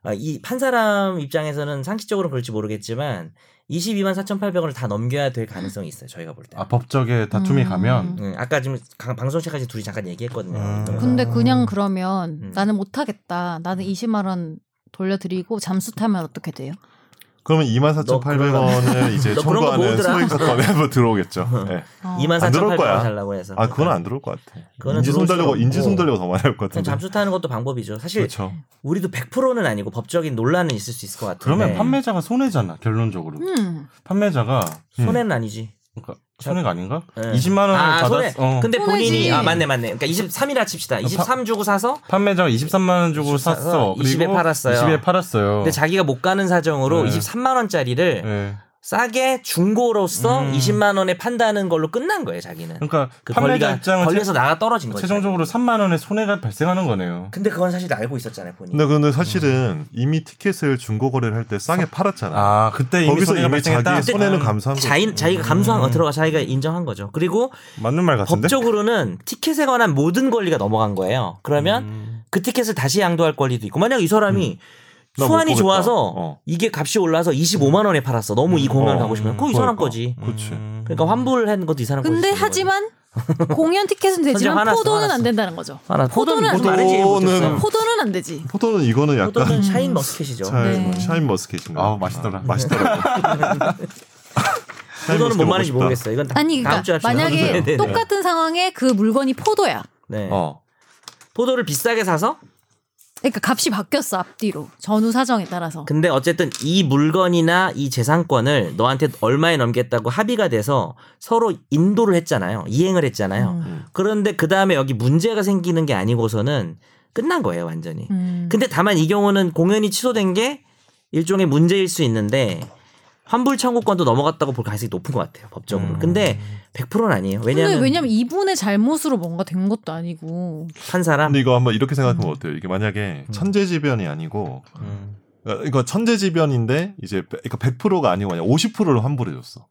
B: 아, 이 판 사람 입장에서는 상식적으로 그럴지 모르겠지만 22만 4,800원을 다 넘겨야 될 가능성이 있어요 저희가 볼 때.
A: 아 법적에 다툼이
D: 음.
A: 가면
B: 음, 아까 지금 강- 방송 시작까지 둘이 잠깐 얘기했거든요.
A: 음.
B: 그래서
D: 근데 그냥 그러면
B: 음.
D: 나는 못하겠다. 나는 20만 원 돌려드리고 잠수 타면 어떻게 돼요?
C: 그러면 24,800원을 이제
B: 너 그런 거
C: 청구하는
B: 모으더라.
C: 소액 사건에 한번 들어오겠죠. 예.
D: 어.
B: 2만
C: 안 들어올
B: 4,800원
C: 거야.
B: 달라고 해서.
C: 아 그건 안 들어올 것 같아.
B: 그거는
C: 인지
B: 들어올 수가
C: 손달려고 인지
B: 없고. 네.
C: 손달려고 더 많이 할
B: 그냥
C: 것 같은데.
B: 잠수 타는 것도 방법이죠. 사실
C: 그렇죠.
B: 우리도 100%는 아니고 법적인 논란은 있을 수 있을 것 같은데.
A: 그러면 판매자가 손해잖아 결론적으로.
D: 음.
A: 판매자가
B: 손해는 아니지.
A: 그러니까 손해가 아닌가?
B: 네.
A: 20만 원을
B: 아,
A: 받았.
B: 손해.
A: 어. 아,
B: 근데
D: 손해지.
B: 본인이 아 맞네 맞네. 그러니까 23이라 칩시다. 23 주고
A: 어.
B: 사서
A: 판매자가 23만 원 주고
B: 사서
A: 샀어.
B: 20에
A: 그리고
B: 팔았어요.
A: 20에 팔았어요.
B: 근데 자기가 못 가는 사정으로
A: 네.
B: 23만 원짜리를
A: 예.
B: 싸게 중고로서
A: 음.
B: 20만 원에 판다는 걸로 끝난 거예요, 자기는.
A: 그러니까
B: 그
A: 판매자
B: 권리가
A: 입장은
B: 걸려서 나가 떨어진
A: 최-
B: 거죠.
A: 최종적으로 3만 원의 손해가 발생하는 거네요.
B: 근데 그건 사실 알고 있었잖아요, 본인.
C: 근데 근데 사실은 이미 티켓을 중고 거래를 할 때 싸게 팔았잖아.
A: 아 그때 이미
C: 거기서
A: 손해가
C: 이미
A: 발생했다.
C: 자기의 손해는 감수한 음. 거지.
B: 자인, 자기가 감수한 거 들어가 자기가 인정한 거죠. 그리고
A: 맞는 말 같은데.
B: 법적으로는 티켓에 관한 모든 권리가 넘어간 거예요. 그러면
A: 음.
B: 그 티켓을 다시 양도할 권리도 있고 만약 이 사람이
C: 음. 나못
B: 수완이
C: 보겠다.
B: 좋아서
C: 어.
B: 이게 값이 올라서 25만 원에 팔았어. 너무 이 공연
C: 어.
B: 가고 싶으면 그거 이 사람
C: 그러니까.
B: 거지.
C: 그렇지.
B: 그러니까 환불한 것도 이 사람 거지.
D: 근데 하지만 공연 티켓은 되지만
B: 선생님, 화났어,
D: 포도는
B: 화났어.
D: 안 된다는 거죠.
B: 아, 하나 음. 포도는
D: 포도는
B: 말을 제일 못했어.
C: 포도는
D: 포도는 안 되지.
C: 포도는 이거는 약간
B: 포도는 샤인 머스켓이죠.
C: 잘
D: 네.
C: 샤인 머스켓인가?
A: 아우, 음. 맛있더라.
C: 맛있더라.
B: 포도는 뭔 말인지 모르겠어요. 이건 다,
D: 아니
B: 다음 주에
D: 그러니까
B: 합시다. 네, 네,
D: 만약에
B: 네.
D: 똑같은 상황에 그 물건이 포도야.
B: 네.
C: 어.
B: 포도를 비싸게 사서
D: 그러니까 값이 바뀌었어 앞뒤로 전후 사정에 따라서.
B: 근데 어쨌든 이 물건이나 이 재산권을 너한테 얼마에 넘겠다고 합의가 돼서 서로 인도를 했잖아요. 이행을
D: 음.
B: 했잖아요.
C: 음.
B: 그런데 그 다음에 여기 문제가 생기는 게 아니고서는 끝난 거예요, 완전히.
D: 음.
B: 근데 다만 이 경우는 공연이 취소된 게 일종의 문제일 수 있는데 환불 청구권도 넘어갔다고 볼 가능성이 높은 것 같아요,
C: 음.
B: 법적으로. 근데 100%는 아니에요.
D: 근데
B: 왜냐하면
D: 왜냐면 이분의 잘못으로 뭔가 된 것도 아니고.
B: 한 사람
C: 근데 이거 한번 이렇게 생각하면
B: 음.
C: 어때요? 이게 만약에 천재지변이 아니고
D: 음.
C: 그러니까 이거 천재지변인데 이제 백- 그러니까 100%가 아니고 그냥 50%를 환불해 줬어.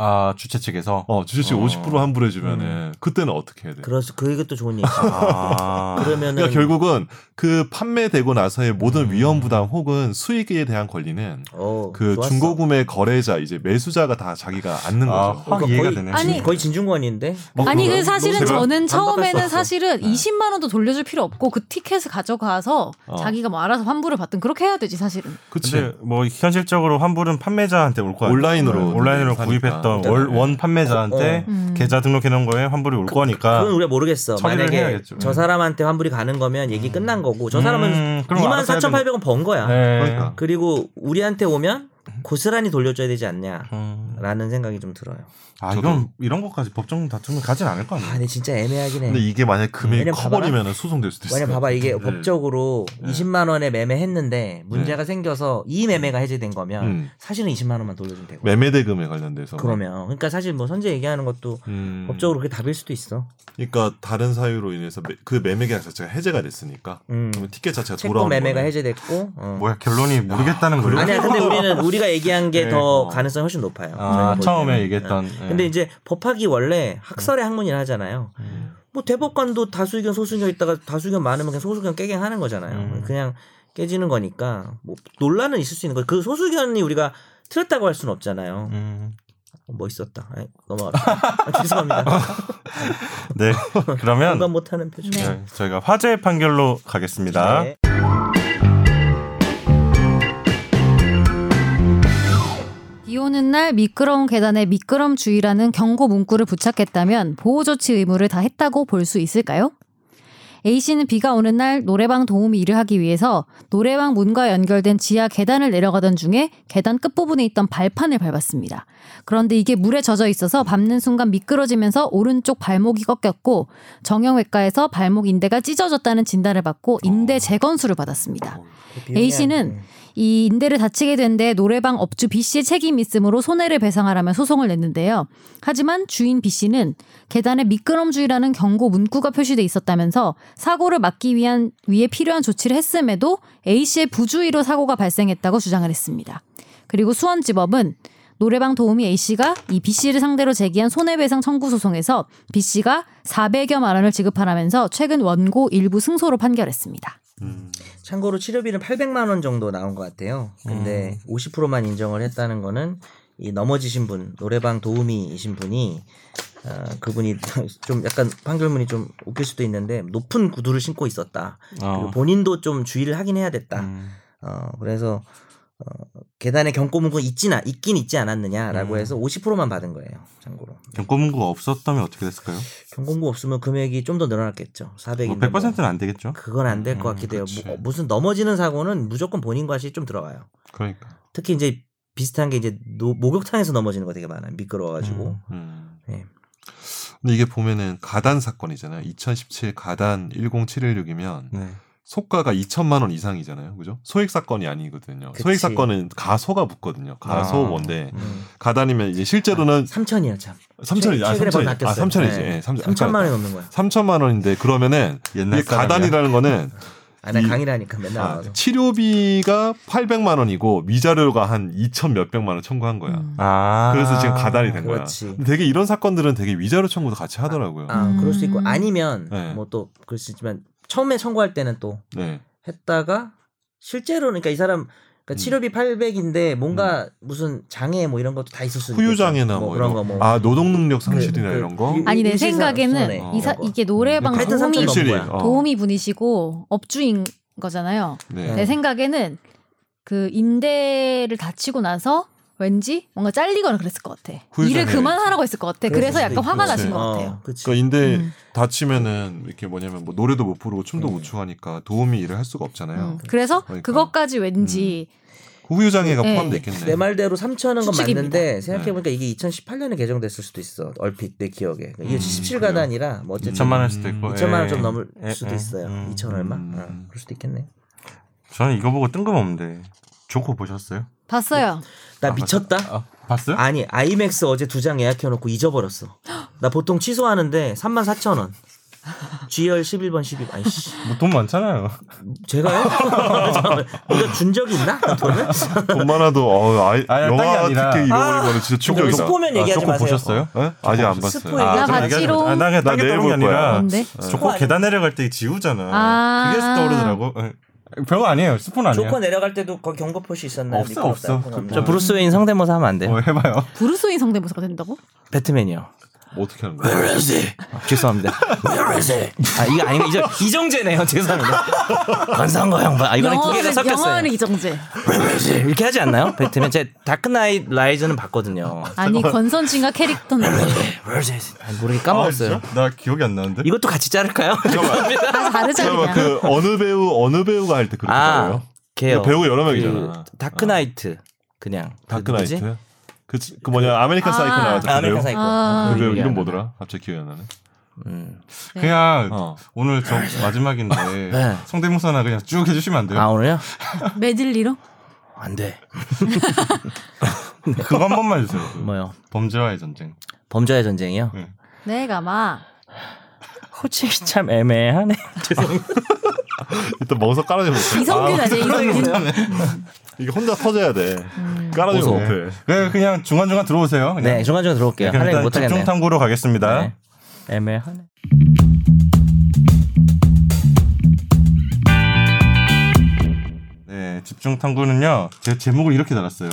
A: 아 주최 측에서
C: 어, 주식
A: 어.
C: 50% 환불해주면은 그때는 어떻게 해야
A: 네.
B: 아. 음.
C: 돼?
B: 그래서 그 이것도 좋은 얘기.
A: 아.
B: 그러면은
C: 그러니까 결국은 그 판매되고 나서의 모든
A: 음.
C: 위험 부담 혹은 수익에 대한 권리는
B: 어,
C: 그
B: 좋았어.
C: 중고구매 거래자 이제 매수자가 다 자기가 앉는
A: 아,
C: 거죠. 그러니까
A: 확
B: 그러니까 거의-
A: 이해가 되네.
D: 아니,
B: 거의 진중권인데.
C: 어,
D: 아니 그 사실은
A: 제가
D: 저는 처음에는
A: 반박할 수 없어.
D: 사실은 20만 원도 돌려줄 필요 없고 그 티켓을 가져가서
C: 어.
D: 자기가 뭐 알아서 환불을 받든 그렇게 해야 되지 사실은.
C: 그치.
A: 근데 뭐 현실적으로 환불은 판매자한테 올 거야.
C: 온라인으로
A: 온라인으로
C: 사니까.
A: 구입했던
C: 네.
A: 월, 원 판매자한테
D: 어, 어. 음.
A: 계좌 등록해 놓은 거에 환불이 올 거니까.
B: 그건 우리가 모르겠어.
A: 아, 처리를
B: 만약에
A: 해야겠죠.
B: 저
A: 음.
B: 사람한테 환불이 가는 거면 얘기 끝난 거고 저 사람은
A: 음, 그럼
B: 2만
A: 알아서 해야
B: 4,800원 번 거야.
A: 네.
C: 그러니까.
B: 그리고 우리한테 오면 고스란히 돌려줘야 되지 않냐라는
A: 음.
B: 생각이 좀 들어요.
A: 아
C: 저도.
A: 이건 이런 것까지 법정 다툼을 가진 않을 거
B: 아,
A: 아니에요.
B: 근데 진짜 애매하긴 해.
C: 근데 이게 만약 금액이
B: 왜냐면 봐봐라.
C: 커버리면 소송될 수도 있어요.
B: 왜냐면 봐봐 이게
C: 네.
B: 법적으로 20만 원에
A: 네.
B: 매매했는데 문제가 생겨서 이 매매가 해제된 거면
C: 음.
B: 사실은 20만 원만 돌려주면 되고.
A: 네.
C: 매매 대금에 관련돼서.
B: 그러면 그러니까 사실 뭐 선제 얘기하는 것도
C: 음.
B: 법적으로 그게 답일 수도 있어.
C: 그러니까 다른 사유로 인해서 매- 그 매매 계약 자체가 해제가 됐으니까
B: 음.
C: 그러면 티켓 자체가
B: 채권
C: 돌아오는
B: 매매가
C: 거네.
B: 해제됐고. 어.
A: 뭐야 결론이 모르겠다는 거예요?
B: 아니야 근데 우리는 우리가 얘기한 게
A: 네,
B: 더
A: 어.
B: 가능성이 훨씬 높아요. 저희가
A: 아,
B: 볼
A: 처음에
B: 때는. 뭐
A: 얘기했던.
B: 네.
A: 예.
B: 근데 이제 법학이 원래 학설의 학문이라 하잖아요.
A: 음.
B: 뭐 대법관도 다수 의견 소수 의견 있다가 다수 의견 많으면 그냥 소수 의견 깨게 하는 거잖아요.
A: 음.
B: 그냥 깨지는 거니까 뭐 논란은 있을 수 있는 거예요. 그 소수 의견이 우리가 틀렸다고 할 수는 없잖아요. 어, 뭐
A: 음.
B: 멋있었다. 아이, 넘어갑시다. 아, 죄송합니다.
A: 네. 그러면
B: 공감 못하는 표정.
D: 네.
A: 네, 저희가 화재 판결로 가겠습니다.
B: 네.
D: 비 오는 날 미끄러운 계단에 미끄럼 주의라는 경고 문구를 부착했다면 보호 조치 의무를 다 했다고 볼 수 있을까요? A 씨는 비가 오는 날 노래방 도우미 일을 하기 위해서 노래방 문과 연결된 지하 계단을 내려가던 중에 계단 끝부분에 있던 발판을 밟았습니다. 그런데 이게 물에 젖어 있어서 밟는 순간 미끄러지면서 오른쪽 발목이 꺾였고 정형외과에서 발목 인대가 찢어졌다는 진단을 받고 인대 재건수를 받았습니다.
C: 어.
B: 네.
D: A 씨는 이 인대를 다치게 된 데 노래방 업주 B 씨의 책임이 있으므로 손해를 배상하라며 소송을 냈는데요. 하지만 주인 B 씨는 계단에 미끄럼주의라는 경고 문구가 표시돼 있었다면서 사고를 막기 위한 위에 필요한 조치를 했음에도 A 씨의 부주의로 사고가 발생했다고 주장을 했습니다. 그리고 수원지법은 노래방 도우미 A 씨가 이 B 씨를 상대로 제기한 손해배상 청구 소송에서 B 씨가 400여만 원을 지급하라면서 최근 원고 일부 승소로 판결했습니다.
B: 참고로 치료비는 800만 원 정도 나온 것 같아요.
A: 음.
B: 근데 50%만 인정을 했다는 거는 이 넘어지신 분 노래방 도우미이신 분이 어, 그분이 좀 약간 판결문이 좀 웃길 수도 있는데 높은 구두를 신고 있었다. 그리고 뭐
A: 어.
B: 본인도 좀 주의를 하긴 해야 됐다.
A: 음.
B: 어, 그래서 어, 계단에 경고문구 있지나 있긴 있지 않았느냐라고
A: 음.
B: 해서 50%만 받은 거예요. 참고로
A: 경고문구가 없었다면 어떻게 됐을까요?
B: 경고문구 없으면 금액이 좀 더 늘어났겠죠. 400인데
A: 뭐 100%는 안 되겠죠.
B: 그건 안 될 것
A: 음,
B: 같기도 해요.
A: 그치.
B: 뭐, 무슨 넘어지는 사고는 무조건 본인 과실이 좀 들어가요.
C: 그러니까.
B: 특히 이제 비슷한 게 이제 노- 목욕탕에서 넘어지는 거 되게 많아요. 미끄러워가지고.
A: 음.
C: 음.
B: 네.
C: 근데 이게 보면은 가단 사건이잖아요. 2017 가단 10716이면
A: 네.
C: 속가가 2천만 원 이상이잖아요. 그죠? 소액 사건이 아니거든요.
B: 그치.
C: 소액 사건은 가소가 붙거든요. 가소원데 가단이면 이제 실제로는
B: 3천이야 음. 참.
C: 3천이지. 음. 아,
B: 아. 최- 최근에
C: 3천이지.
B: 바로
C: 아,
B: 바뀌었어요.
C: 3천이지.
B: 네.
C: 예, 3천.
B: 3천만 원이 넘는 거야.
C: 3천만 원인데 그러면은
A: 옛날
C: 이게 가단이라는 거는
B: 아, 나
C: 이-
B: 강의라니까 맨날
C: 아,
B: 나와서.
C: 치료비가 800만 원이고 미자료가 한 2천 몇백만 원 청구한 거야.
D: 음.
A: 아.
C: 그래서 지금 가단이 된
B: 그렇지.
C: 거야. 근데 되게 이런 사건들은 되게 위자료 청구도 같이 하더라고요.
B: 아, 그럴 수 있고
D: 음.
B: 아니면
C: 네.
B: 뭐 또 그럴 수 있지만 처음에 청구할 때는 또
C: 네.
B: 했다가 실제로는 그러니까 이 사람 그러니까
C: 음.
B: 치료비 800인데 뭔가 무슨 장애 뭐 이런 것도 다 있을 수 있고
C: 후유장애나 뭐,
B: 뭐 그런
C: 이런
B: 거 뭐.
C: 아 노동 능력 상실이나
B: 그- 그-
C: 이런 거. 네.
B: 이-
D: 아니 내
B: 일시선-
D: 생각에는
B: 손해.
D: 이 사,
B: 이런 거.
D: 이게 노래방
C: 음,
B: 하여튼
D: 도우미
B: 삼천 넘은
C: 확실히,
B: 거야.
C: 어.
D: 도우미 분이시고 업주인 거잖아요.
C: 네.
D: 내 생각에는 그 인대를 다치고 나서 왠지 뭔가 잘리거나 그랬을 것 같아.
C: 후유장애.
D: 일을 그만하라고 했을 것 같아. 네, 그래서
B: 수도
D: 약간
B: 있고.
D: 화가 나신 것
B: 어,
D: 같아요.
B: 그치.
C: 그러니까 인대
D: 음.
C: 다치면은 이렇게 뭐냐면 뭐 노래도 못 부르고 춤도 못 추하니까 도우미 일을 할 수가 없잖아요.
D: 음, 그래서
C: 그러니까.
D: 그것까지 왠지
C: 그 후유장애가
D: 네.
C: 포함돼 있겠네.
B: 내 말대로 3천원 건
D: 추측입니다. 네.
B: 맞는데 생각해보니까 이게 2018년에 개정됐을 수도 있어. 얼핏 내 기억에. 그러니까 이게
D: 음,
B: 17가단이라 뭐 어쨌든
A: 2천만 원 수도 있고.
B: 2천만 원
A: 예.
B: 좀 넘을
A: 예,
B: 수도
A: 예.
B: 있어요.
A: 음.
B: 2천 얼마?
C: 음.
B: 어, 그럴 수도 있겠네.
A: 저는 이거 보고 뜬금없는데 조코 보셨어요?
D: 봤어요.
B: 나 미쳤다?
A: 아, 봤어요?
B: 아니 아이맥스 어제 두 장 예약해놓고 잊어버렸어. 나 보통 취소하는데 3만 4천 원. GR 11번 12번 아이씨
A: 뭐돈 많잖아요.
B: 제가요? 누가 준 적이 있나? 돈을?
C: 돈 많아도 어, 아이,
A: 아니, 땅이
C: 영화
A: 아니라.
C: 특히 잃어버린 거는 진짜
B: 이거
C: 충격이다.
B: 스포면 얘기하지
A: 쇼코
B: 마세요.
A: 아, 보셨어요?
C: 아직 안
D: 스포
C: 봤어요.
D: 얘기하지 나
A: 좀 얘기하지
D: 봤지롱.
A: 마. 아, 나 그냥
C: 나 내일
A: 따겠다는 게
C: 볼 거야.
A: 아니라 어,
D: 뭔데?
A: 조코 계단 내려갈 때 지우잖아.
D: 아.
A: 그게 떠오르더라고. 예. 별거 아니에요. 스폰 아니에요.
B: 조커 내려갈 때도 거기 경보 표시 있었나요?
A: 없어,
B: 미끄럽다.
A: 없어.
B: 그건 없나?
A: 저 브루스
B: 웨인 성대모사 하면 안 돼요?
A: 어, 해봐요.
D: 브루스인 성대모사가 된다고?
B: 배트맨이요.
C: 어떻게 하는 거야?
B: 아, 죄송합니다. 아 이거 아니면 이정, 이정재네요. 죄송합니다. 건상거 형봐. 아, 이거랑 두 개가 섞였어요.
D: 영화는 이정재.
B: 이렇게 하지 않나요? 배트맨 제 다크나이 라이즈는 봤거든요.
D: 아니 건선진과 캐릭터는
B: 아, 모르게 까먹었어요.
A: 아, 진짜? 나 기억이 안 나는데.
B: 이것도 같이 자를까요? 죄송합니다.
D: 다
C: 잠깐만
D: 다르잖아. 그냥.
C: 그 어느 배우 어느 배우가 할 때 그렇게
B: 아,
C: 말해요?
B: 걔요.
C: 배우 여러 명이잖아.
B: 그 다크나이트 그냥 그 누구지?
C: 다크나이트. 그, 지- 그 뭐냐 아메리칸
D: 아.
C: 사이코
B: 아,
C: 나왔잖아요.
B: 아메리칸 사이코.
D: 아.
C: 그 배우
B: 얘기 안
C: 이름
B: 하네.
C: 뭐더라? 갑자기 기억이 안 나네.
B: 음.
A: 그냥
C: 어.
A: 오늘 저 마지막인데 성대모사나 그냥 쭉 해주시면 안 돼요?
B: 네. 아 오늘요?
D: 메들리로?
B: 안 돼.
A: 그거 한 번만 해주세요. 그
B: 뭐요?
A: 범죄와의 전쟁.
B: 범죄의 전쟁이요.
A: 네.
D: 내가 막
B: 호칭이 참 애매하네. 죄송합니다.
C: 일단 멍석 깔아주면 못해.
D: 이성균 아니야 이성균.
C: 이게 혼자 터져야 돼. 깔아주면
B: 고소.
C: 못해.
A: 네, 그냥 중간중간 들어오세요. 그냥.
B: 네 중간중간 들어올게요.
A: 그냥
B: 하는
C: 그러니까
B: 얘기
A: 일단
B: 못하겠네요.
A: 집중탐구로 가겠습니다.
B: 네. 애매하네.
A: 네, 집중 탐구는요. 제 제목을 이렇게 달았어요.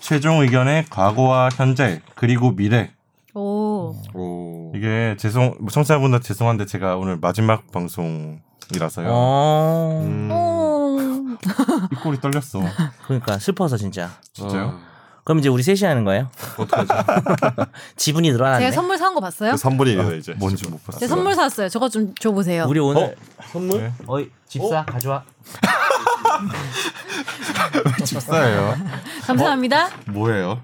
A: 최종 의견의 과거와 현재 그리고 미래.
D: 오.
C: 오.
A: 이게 죄송 청취자분들 죄송한데 제가 오늘 마지막 방송이라서요.
B: 어.
D: 오.
A: 입꼬리 떨렸어.
B: 그러니까 슬퍼서 진짜.
A: 진짜요?
B: 그럼 이제 우리 셋이 하는 거예요? 지분이 늘어났네.
D: 제가 선물 산 거 봤어요?
C: 그 3분이에요 이제.
A: 뭔지 못 봤어.
D: 제 선물 샀어요. 저거 좀 줘보세요.
B: 우리 오늘 선물?
A: 네.
B: 어이 집사 가져와.
C: 네,
A: 집사예요.
D: 감사합니다.
A: 뭐예요?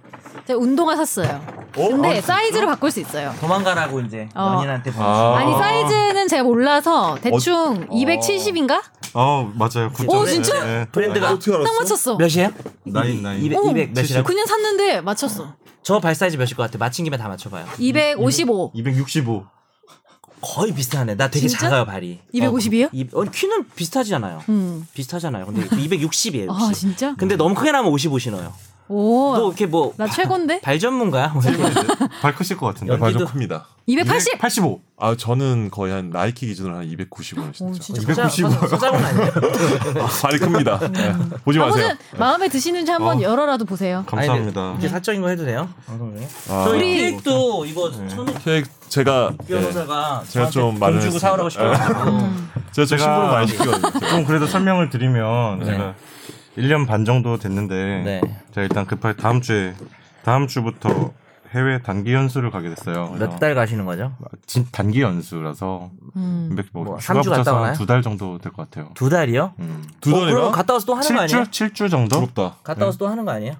D: 제가 운동화 샀어요. 근데 사이즈를 바꿀 수 있어요.
B: 도망가라고 이제
D: 어.
B: 연인한테 보내주고.
C: 아.
D: 아니 사이즈는 제가 몰라서 대충 270인가?
A: 어 맞아요.
D: 오, 진짜?
B: 브랜드가
D: 딱 맞췄어.
B: 몇이에요?
A: 나인 나인.
B: 200,
D: 오.
B: 200 몇이라고?
D: 그냥 샀는데 맞췄어.
B: 저발 사이즈 몇일 것 같아? 맞힌 김에 다 맞춰봐요.
D: 255.
A: 265.
B: 거의 비슷하네. 나 되게
D: 진짜?
B: 작아요 발이.
D: 250이요?
B: 이, 어, 키는 비슷하지않아요
D: 음.
B: 비슷하잖아요. 근데 260이에요. 60.
D: 아 진짜?
B: 근데 너무 크게 나면 55 신어요.
D: 오.
B: 너 이렇게 그 뭐
D: 나 최고인데?
B: 발 전문가야? 뭐 이렇게.
A: 발 크실 것 같은데.
B: 연기도-
A: 발좀
C: 네, 큽니다.
D: 280.
A: 85.
C: 아 저는 거의 한 나이키 기준으로 한 290원
D: 오
C: 진짜.
D: 어,
B: 어,
D: 진짜. 음.
A: 295 요.
B: 소장은 아니에요. 네.
C: 아, 발이 큽니다. 네. 보지 마세요.
D: 아무튼 마음에 드시는지 한번 열어라도 보세요.
A: 감사합니다.
B: 이제 사적인 거 해도 돼요? 방송 중에?
C: 아,
B: 저희
D: 우리-
B: 기획도 이거 손욱
C: 케이크 제가
B: 네.
C: 예.
B: 변호사가
C: 네.
B: 저한테
C: 제가 좀
B: 돈
C: 말을
B: 주고
C: 했습니다.
B: 사오라고 싶어가지고
C: 제가 좀 신부름 많이 시키거든요.
A: 네. 좀 그래도 설명을 드리면
B: 네.
A: 제가 1년 반 정도 됐는데
B: 네.
A: 제가 일단 급하게 다음 주에 다음 주부터 해외 단기 연수를 가게 됐어요. 그래서
B: 몇 달 가시는 거죠?
A: 진- 단기 연수라서
D: 음.
A: 몇뭐
B: 뭐,
A: 휴가
B: 삼주 갔다
A: 붙여서
B: 오나요?
A: 두달 정도 될 것 같아요.
B: 두 달이요?
A: 음.
C: 두
B: 어, 그럼
C: 달이나?
B: 갔다 와서 또 하는 거 아니에요?
A: 7주? 7주 정도?
C: 부럽다.
B: 갔다 와서 또 하는 거 아니에요?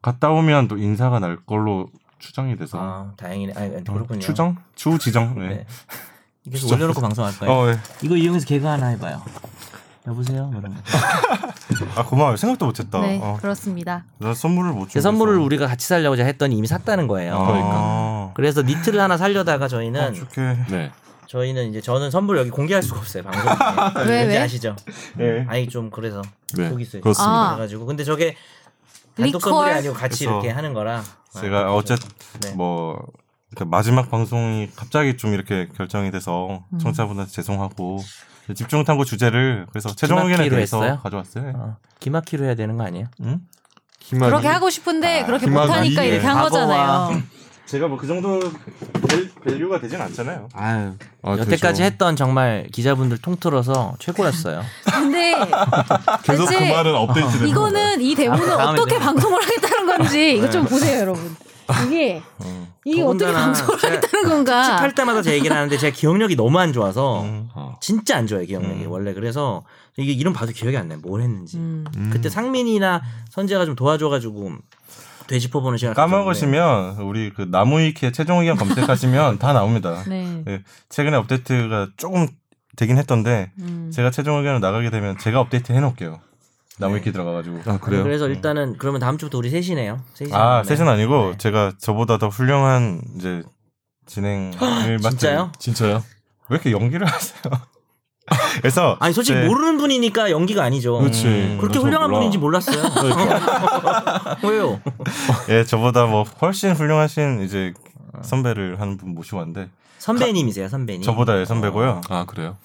A: 갔다 오면 또 인사가 날 걸로 추정이 돼서 어,
B: 아 다행이네. 아니 그렇군요.
A: 추정? 추지정? 네.
B: 네. 계속 올려놓고 방송할까요?
A: 어, 예.
B: 이거 이용해서 개그 하나 해봐요. 여보세요. 뭐 이런 거.
A: 아 고마워요. 생각도 못했다.
D: 네
A: 어.
D: 그렇습니다.
A: 나 선물을 못
B: 제
A: 줬어.
B: 선물을 우리가 같이 살려고 제가 했더니 이미 샀다는 거예요.
A: 그러니까.
B: 그래서 니트를 하나 살려다가 저희는
A: 어떡해.
C: 네.
B: 저희는 이제 저는 선물 여기 공개할 수가 없어요 방송.
D: 왜, 왜?
B: 아시죠?
A: 예.
B: 아니 좀 그래서
C: 네.
B: 거기 있어요.
C: 그렇습니다.
D: 아.
B: 그래가지고 근데 저게 단독 선물이 아니고 같이
A: 그래서
B: 이렇게 하는 거라. 아, 네.
A: 제가 어쨌 뭐 이렇게 마지막 방송이 갑자기 좀 이렇게 결정이 돼서
B: 음.
A: 청취자분한테 죄송하고 집중 탐구 주제를 그래서 최종 의견에
B: 기막히기로
A: 대해서
B: 했어요?
A: 가져왔어요. 음?
B: 어, 기막히로 해야 되는 거 아니에요?
A: 응?
C: 김만
D: 그렇게 하고 싶은데 그렇게
C: 희망이
D: 못하니까
C: 아, 예.
D: 이렇게 한 거잖아요.
A: 제가 뭐 그 정도 밸류가 되진 않잖아요.
B: 아유
A: 어,
C: 아,
A: 그
B: 여태까지
C: 되죠.
B: 했던 정말 기자분들 통틀어서 최고였어요.
D: 근데
C: 계속 그
D: 대체
C: 말은 업데이트 되는 거예요.
D: 이거는 이 대본을
B: 아, 다음에
D: 어떻게
B: 좀- 네.
D: 방송을 하겠다는 건지 이거 좀 보세요, 여러분. 이게 이게 어떻게
B: 더군다나
D: 방송을
B: 제가
D: 하겠다는 건가?
B: 할 때마다 제 얘기를 하는데 제가 기억력이 너무 안 좋아서
A: 음.
C: 어.
B: 진짜 안 좋아요 기억력이 원래 그래서 이게 이름 봐도 기억이 안 나요 뭘 했는지
D: 음.
B: 그때 상민이나 선재가 좀 도와줘가지고 되짚어보는 시간
A: 까먹으시면 우리 그 나무위키의 최종 의견 검색하시면 다 나옵니다.
D: 네.
A: 네, 최근에 업데이트가 조금 되긴 했던데
D: 음.
A: 제가 최종 의견을 나가게 되면 제가 업데이트 해놓을게요. 나무위키 들어가가지고. 네.
C: 아 그래요?
B: 그래서 일단은 그러면 다음 주부터 우리 셋이네요 셋이
A: 아,
B: 나오네.
A: 셋은 아니고
B: 네.
A: 제가 저보다 더 훌륭한 이제 진행을 맡은
B: 진짜요?
C: 진짜요?
A: 왜 이렇게 연기를 하세요? 그래서
B: 아니 솔직히
A: 네.
B: 모르는 분이니까 연기가 아니죠.
C: 그렇지.
B: 음, 그렇게
C: 그래서
B: 훌륭한
C: 몰라.
B: 분인지 몰랐어요. 왜요?
A: 예, 저보다 뭐 훨씬 훌륭하신 이제 선배를 하는 분 모시고 왔는데
B: 음. 선배님이세요, 선배님.
A: 저보다 예, 선배고요.
C: 아 그래요?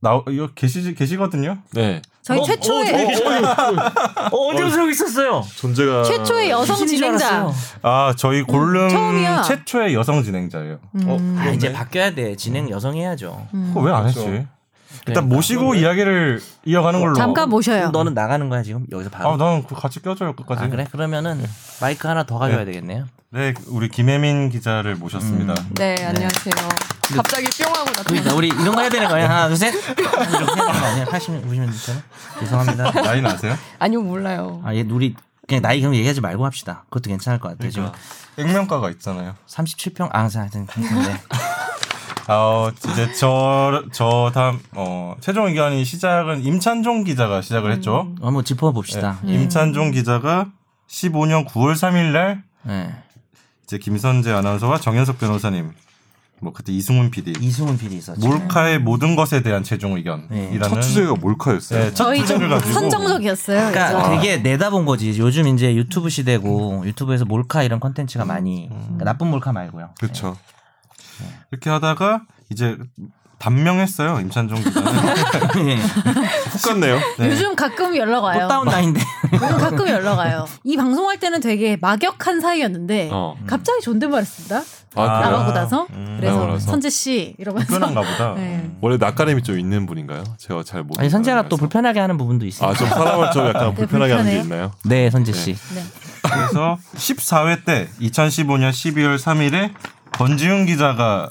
A: 나 이거 계시 계시거든요.
C: 네.
D: 저희
B: 어,
D: 최초의
B: 어, 어, 어, 언제부터 여기 있었어요?
C: 존재가
D: 최초의 여성
B: 귀신인 줄
D: 진행자.
B: 알았어요.
A: 아 저희 골룸
D: 처음이야.
A: 최초의 여성 진행자예요.
D: 음.
B: 아, 이제 바뀌어야 돼. 진행 여성 해야죠.
A: 그거 왜 안 했지?
B: 그렇죠. 그러니까.
A: 일단 모시고 이야기를 이어가는 걸로.
D: 잠깐 모셔요.
B: 그럼 너는 나가는 거야 지금 여기서 바로.
A: 아, 난 그거 같이 껴줘요 끝까지.
B: 아, 그래? 그러면은 마이크 하나 더 가져야 되겠네요.
A: 네, 우리 김혜민 기자를 모셨습니다.
B: 음.
D: 네, 안녕하세요. 갑자기 뿅 하고 나타나.
B: 그러니까 우리, 우리 이런 거 해야 되는 거 아니야? 하나, 둘, 셋. 하나, 둘, 셋. 하는 거 아니야? 80, 90년 되잖아. 죄송합니다.
A: 나이는 아세요?
B: 그-
D: 아니요, 몰라요.
B: 아, 얘 우리 그냥 나이 그럼 얘기하지 말고 합시다. 그것도 괜찮을 것 같아요. 지금
A: 액면가가 있잖아요.
B: 37평 아, 하여튼 네.
A: 아, 어, 이제 저, 저 다음, 어, 최종 의견이 시작은 임찬종 기자가 시작을 했죠.
D: 음.
B: 한번 짚어 봅시다.
A: 네, 임찬종 기자가 15년 9월 3일 날
B: 네.
A: 이제 김선재 아나운서와 정현석 변호사님, 뭐 그때 이승훈 PD,
B: 이승훈 PD 있었죠.
A: 몰카의 모든 것에 대한 최종 의견이라는
C: 네, 첫 주제가 몰카였어요.
A: 네, 첫
D: 저희 좀
A: 주제를 가지고
D: 선정적이었어요.
B: 그러니까
D: 그래서.
B: 되게 내다본 거지. 요즘 이제 유튜브 시대고 유튜브에서 몰카 이런 컨텐츠가 많이 그러니까 나쁜 몰카 말고요.
C: 그렇죠.
A: 이렇게 하다가 이제 단명했어요 임찬종 기자는.
B: 예.
C: 훅 갔네요.
D: 요즘 가끔 연락 와요.
B: 꽃다운 나인데.
D: 요즘 가끔 연락 와요. 이 방송할 때는 되게 막역한 사이였는데
C: 어.
D: 갑자기 존댓말했습니다.
C: 아, 그래요?
D: 나가고 나서
B: 음.
D: 그래서
C: 나가고 나서.
D: 선재 씨 이러면서
A: 편한가 보다.
D: 네.
C: 원래 낯가림이 좀 있는 분인가요? 제가 잘 모르.
B: 아니 선재가 또 불편하게 하는 부분도 있어요.
C: 아좀 사람을 좀
D: 네,
C: 약간 불편하게 하는 게 있나요?
B: 네, 선재 씨.
A: 그래서 14회 때 2015년 12월 3일에 권지훈 기자가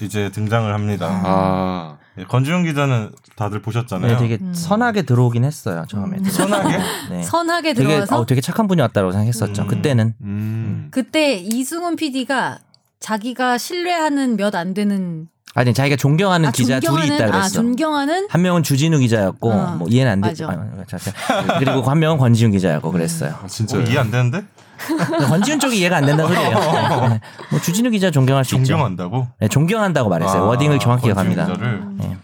A: 이제 등장을 합니다.
C: 아
A: 예, 권지훈 기자는 다들
B: 네,
A: 보셨잖아요.
B: 되게 선하게 들어오긴 했어요 처음에.
A: 선하게 어,
B: 네.
D: 음. 선하게
B: 되게
D: 들어와서
B: 어, 되게 착한 분이 왔다고 생각했었죠. 그때는
C: 음.
D: 그때 이승훈 PD가 자기가 신뢰하는 몇 안 되는
B: 아니 자기가 존경하는 기자 둘이 있다
D: 아,
B: 그랬어.
D: 존경하는
B: 한 명은 주진우 기자였고
D: 어,
B: 뭐 이해는 안 되죠.
D: 맞아.
B: 그리고 한 명은 권지훈 기자였고 그랬어요.
C: 아, 진짜
A: 어, 이해 안 되는데
B: 근데 그러니까 권지훈 쪽이 이해가 안 된다 소리예요. 네. 뭐 주진우 기자 존경할 수 있죠.
A: 존경한다고.
B: 네, 존경한다고 말했어요.
A: 아,
B: 워딩을 정확히
A: 권지훈
B: 기억합니다.
A: 기자를.
B: 네.